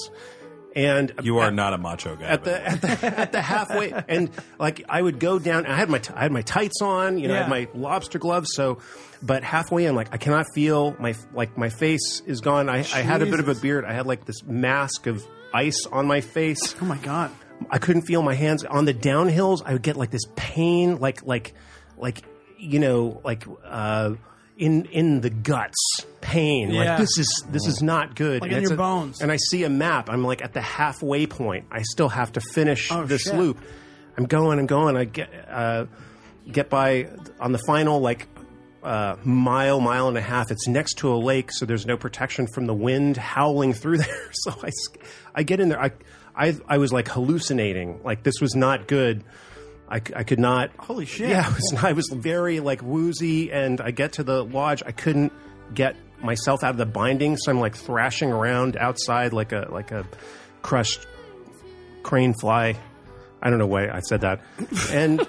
S4: And
S1: you are not a macho guy.
S4: at the at the, at the halfway and like I would go down. I had my t- I had my tights on, you know, I had
S3: Yeah.
S4: my lobster gloves. So, but halfway in, like I cannot feel my like my face is gone. I, I had a bit of a
S3: Jesus.
S4: beard. I had like this mask of ice on my face.
S3: Oh my god.
S4: I couldn't feel my hands on the downhills. I would get like this pain, like like like you know, like uh, in in the guts pain.
S3: Yeah.
S4: Like this is this is not good.
S3: Like
S4: And
S3: in
S4: it's
S3: your
S4: a-
S3: bones.
S4: And I see a map. I'm like at the halfway point. I still have to finish
S3: Oh,
S4: this
S3: shit.
S4: loop. I'm going. I'm going. I get uh, get by on the final like. Uh, mile, mile and a half. It's next to a lake, so there's no protection from the wind howling through [laughs] there. So I, sk- I get in there. I, I, I was like hallucinating. Like this was not good. I, c- I could not.
S3: Holy
S4: [laughs]
S3: shit.
S4: Yeah, I was, I was very like woozy, and I get to the lodge. I couldn't get myself out of the binding, so I'm like thrashing around outside like a like a crushed crane fly. I don't know why I said that. And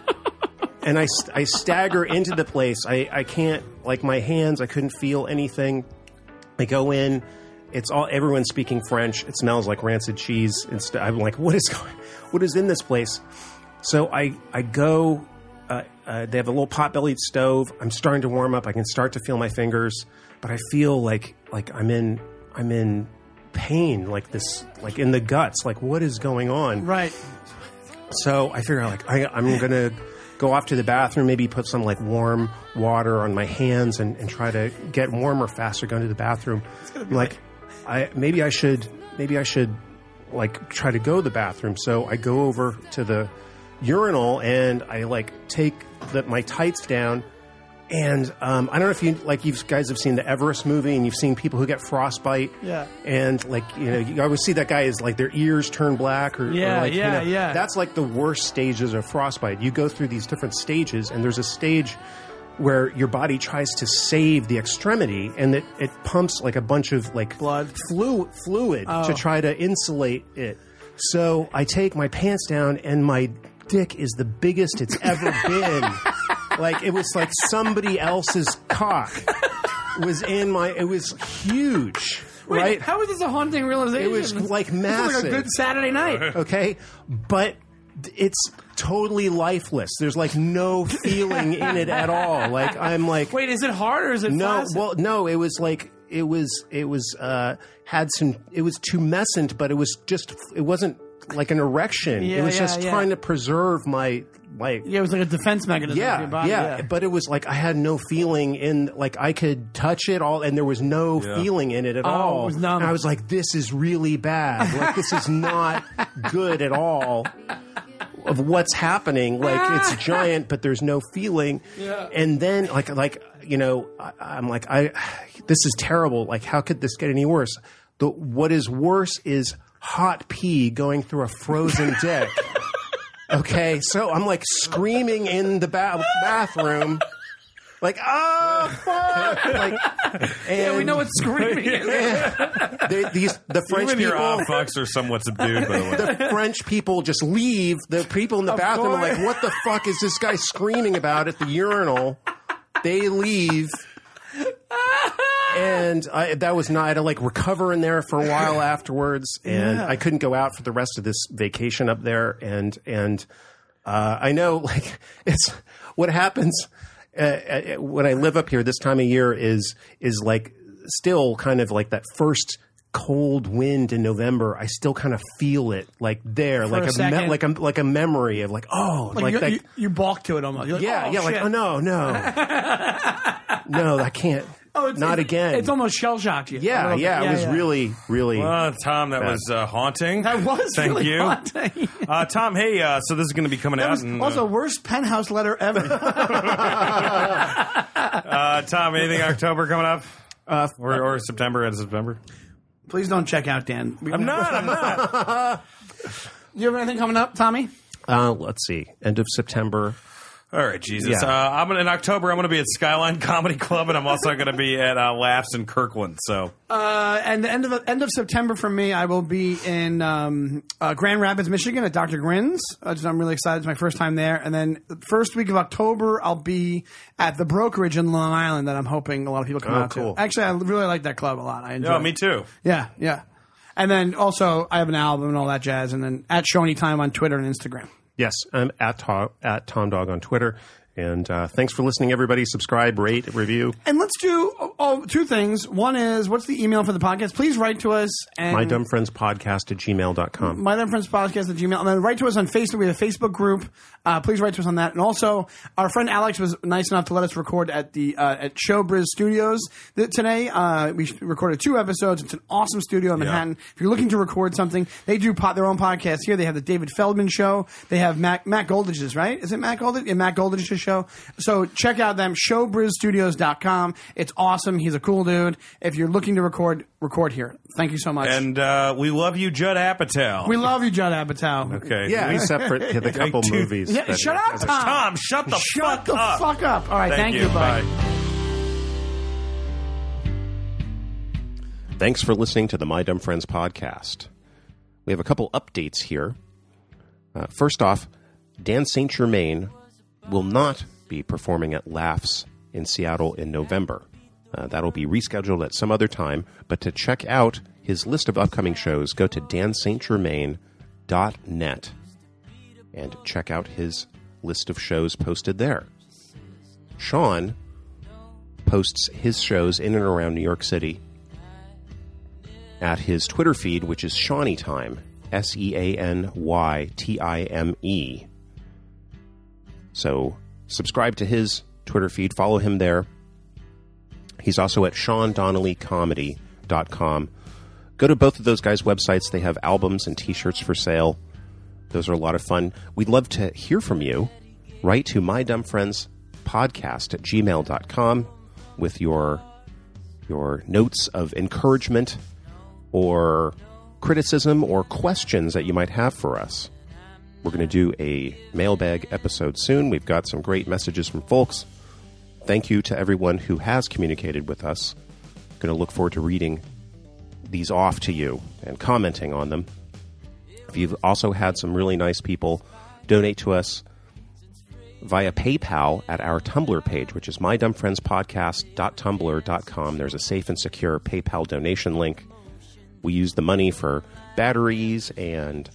S4: and I, st- I stagger into the place. I, I can't like my hands. I couldn't feel anything. I go in. It's all everyone's speaking French. It smells like rancid cheese. And st- I'm like, what is [laughs] going? What is in this place? So I I go. Uh, uh, they have a little pot-bellied stove. I'm starting to warm up. I can start to feel my fingers, but I feel like like I'm in I'm in pain, like this, like in the guts. Like what is going on?
S3: Right.
S4: So I figure out like I, I'm gonna go off to the bathroom, maybe put some like warm water on my hands and, and try to get warmer faster going to the bathroom. I'm like I maybe I should maybe I should like try to go to the bathroom. So I go over to the urinal and I like take the, my tights down. And um, I don't know if you like you guys have seen the Everest movie and you've seen people who get frostbite.
S3: Yeah.
S4: And like you know, you always see that guy is like their ears turn black or or,
S3: Yeah,
S4: like, you
S3: yeah,
S4: know,
S3: yeah.
S4: That's like the worst stages of frostbite. You go through these different stages, and there's a stage where your body tries to save the extremity, and it, it pumps like a bunch of like
S3: Blood. Oh.
S4: flu- fluid to try to insulate it. So I take my pants down, and my dick is the biggest it's
S3: [laughs]
S4: ever been. like it was like somebody else's cock was in my. It was huge,
S3: Wait,
S4: right?
S3: How was this a haunting realization?
S4: It was, like,
S3: This is Like a
S4: massive.
S3: good Saturday night.
S4: okay but d- it's totally lifeless there's like no feeling in it at all like i'm like
S3: Wait, is it hard or is it
S4: no
S3: flaccid?
S4: well no it was like it was it was uh had some it was tumescent but it was just it wasn't like an erection
S3: Yeah,
S4: it was
S3: yeah,
S4: just
S3: yeah.
S4: trying to preserve my my
S3: yeah, it was like a defense mechanism. for
S4: yeah,
S3: your body.
S4: yeah, But it was like I had no feeling in, like I could touch it all, and there was no feeling in it at all.
S3: Oh, it was numb.
S4: And I was like, this is really bad. Like this is
S3: [laughs]
S4: not good at all. Of what's happening, like
S3: [laughs]
S4: it's giant, but there's no feeling.
S3: Yeah.
S4: And then, like, like you know, I, I'm like, I, this is terrible. Like, how could this get any worse? The what is worse is hot pee going through a
S3: [laughs]
S4: frozen dick. Okay, so I'm like screaming in the ba- bathroom, like oh fuck! Like,
S3: yeah, we know what [laughs] screaming is.
S4: [laughs] they, these the French
S1: Even your
S4: people.
S1: odd fucks are somewhat subdued, [laughs] by the way.
S4: The French people just leave. The people in the bathroom are
S3: course.
S4: like, "What the fuck is this guy screaming about at the urinal?" They leave. And I, that was not. I had to like recover in there for a
S3: [laughs]
S4: while afterwards, and
S3: Yeah.
S4: I couldn't go out for the rest of this vacation up there. And and uh, I know [laughs] like it's what happens uh, uh, when I live up here this time of year is is like still kind of like that first cold wind in November. I still kind of feel it like there,
S3: a
S4: like a me-
S3: second.
S4: like a like a memory of like oh like,
S3: Like, you,
S4: that
S3: you, you balk to it almost. You're like,
S4: yeah
S3: oh,
S4: yeah like
S3: shit.
S4: oh no
S3: [laughs]
S4: no no I can't
S3: Oh, it's,
S4: not
S3: it's-
S4: again
S3: It's almost shell shocked you. A
S4: yeah
S3: little bit.
S4: yeah it was really really
S1: Uh, Tom, that was uh, haunting.
S3: That was
S1: Thank
S3: really
S1: you.
S3: haunting. [laughs]
S1: Uh, Tom, hey, uh, so this is going to be coming
S3: That
S1: out.
S3: was
S1: in,
S3: also
S1: uh,
S3: worst penthouse letter
S1: [laughs]
S3: ever.
S1: uh, Tom, anything October coming up? Uh, or, or September and September?
S3: Please don't check out Dan.
S1: I'm not. I'm not.
S3: You have anything coming up, Tommy?
S4: uh, let's see end of September
S1: [laughs] All right, Jesus.
S4: Yeah.
S1: Uh, I'm gonna, in October. I'm going to be at Skyline Comedy Club, and I'm also going to be at uh, Laughs in Kirkland. So
S3: Uh, and the end of end of September for me, I will be in um, uh, Grand Rapids, Michigan, at Dr. Grin's. Uh, just- I'm really excited; it's my first time there. And then the first week of October, I'll be at the brokerage in Long Island that I'm hoping a lot of people come
S4: Oh,
S3: out
S4: cool.
S3: to. Actually, I really like that club a lot. I enjoy.
S1: no,
S3: it.
S1: me too.
S3: Yeah, yeah. And then also, I have an album and all that jazz. And then at Shoney Time on Twitter and Instagram.
S4: Yes, I'm at Tom, at Tom Dog on Twitter. And uh, thanks for listening, everybody. Subscribe, rate, review.
S3: And let's do oh, oh, two things. One is, what's the email for the podcast? Please write to us. And
S4: My Dumb Friends Podcast at gmail.com.
S3: My Dumb Friends Podcast at Gmail. And then write to us on Facebook. We have a Facebook group. Uh, please write to us on that. And also, our friend Alex was nice enough to let us record at the uh, at Showbiz Studios th- today. Uh, we recorded two episodes. It's an awesome studio in Manhattan. If you're looking to record something, they do pot their own podcast here. They have the David Feldman Show. They have Matt, Matt Goldich's, right? Is it Matt Goldich? Yeah, Matt Goldich's show. So check out them, showbrizstudios.com. It's awesome. He's a cool dude. If you're looking to record, record here. Thank you so much.
S1: And uh, we love you, Judd Apatow.
S3: we love you, Judd Apatow.
S1: okay.
S4: Yeah, we separate
S3: [laughs]
S4: to the couple
S1: Two-
S4: movies.
S3: Yeah,
S4: that-
S3: shut up, Tom.
S1: Tom, shut the
S3: shut
S1: fuck
S3: the
S1: up.
S3: fuck up. All right, thank, you, bud.
S1: Bye.
S4: Thanks for listening to the My Dumb Friends podcast. We have a couple updates here. Uh, first off, Dan St. Germain will not be performing at Laughs in Seattle in November. Uh, that'll be rescheduled at some other time, but to check out his list of upcoming shows, go to danstgermain.net and check out his list of shows posted there. Sean posts his shows in and around New York City at his Twitter feed, which is Shawnee Time, S E A N Y T I M E. So subscribe to his Twitter feed, follow him there. He's also at SeanDonnellyComedy.com. Go to both of those guys' websites. They have albums and t shirts for sale. Those are a lot of fun. We'd love to hear from you. Write to my dumb friends podcast at gmail.com with your your notes of encouragement or criticism or questions that you might have for us. We're going to do a mailbag episode soon. We've got some great messages from folks. Thank you to everyone who has communicated with us. Going to look forward to reading these off to you and commenting on them. If you've also had some really nice people donate to us via PayPal at our Tumblr page, which is mydumbfriendspodcast.tumblr.com. There's a safe and secure PayPal donation link. We use the money for batteries and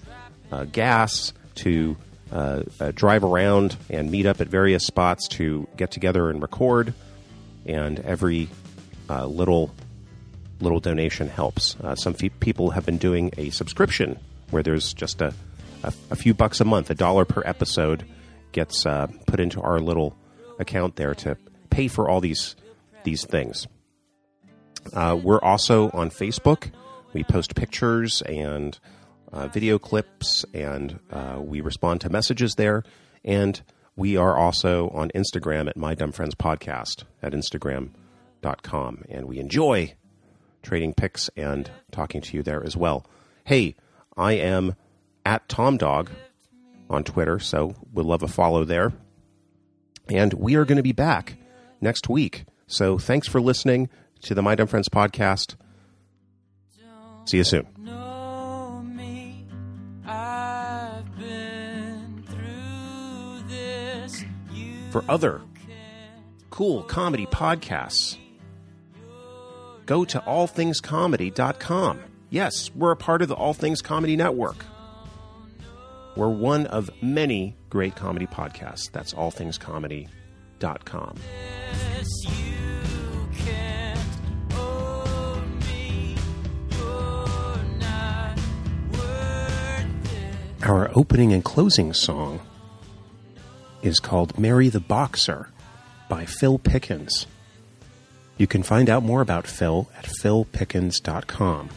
S4: uh, gas to uh, uh, drive around and meet up at various spots to get together and record. And every uh, little little donation helps. Uh, some fe- people have been doing a subscription where there's just a, a, a few bucks a month, a dollar per episode gets uh, put into our little account there to pay for all these these things. Uh, we're also on Facebook. We post pictures and uh, video clips, and uh, we respond to messages there. And we are also on Instagram at My Dumb Friends Podcast at Instagram.com. And we enjoy trading picks and talking to you there as well. Hey, I am at Tom Dog on Twitter, so would love a follow there. And we are going to be back next week. So thanks for listening to the My Dumb Friends podcast. See you soon.
S7: know me. I've been through this. You
S4: For other cool comedy podcasts, go to allthingscomedy.com. Yes, we're a part of the All Things Comedy Network. We're one of many great comedy podcasts. That's allthingscomedy.com.
S7: this, you can't own me. You're not worth it.
S4: Our opening and closing song is called Mary the Boxer by Phil Pickens. You can find out more about Phil at philpickens.com.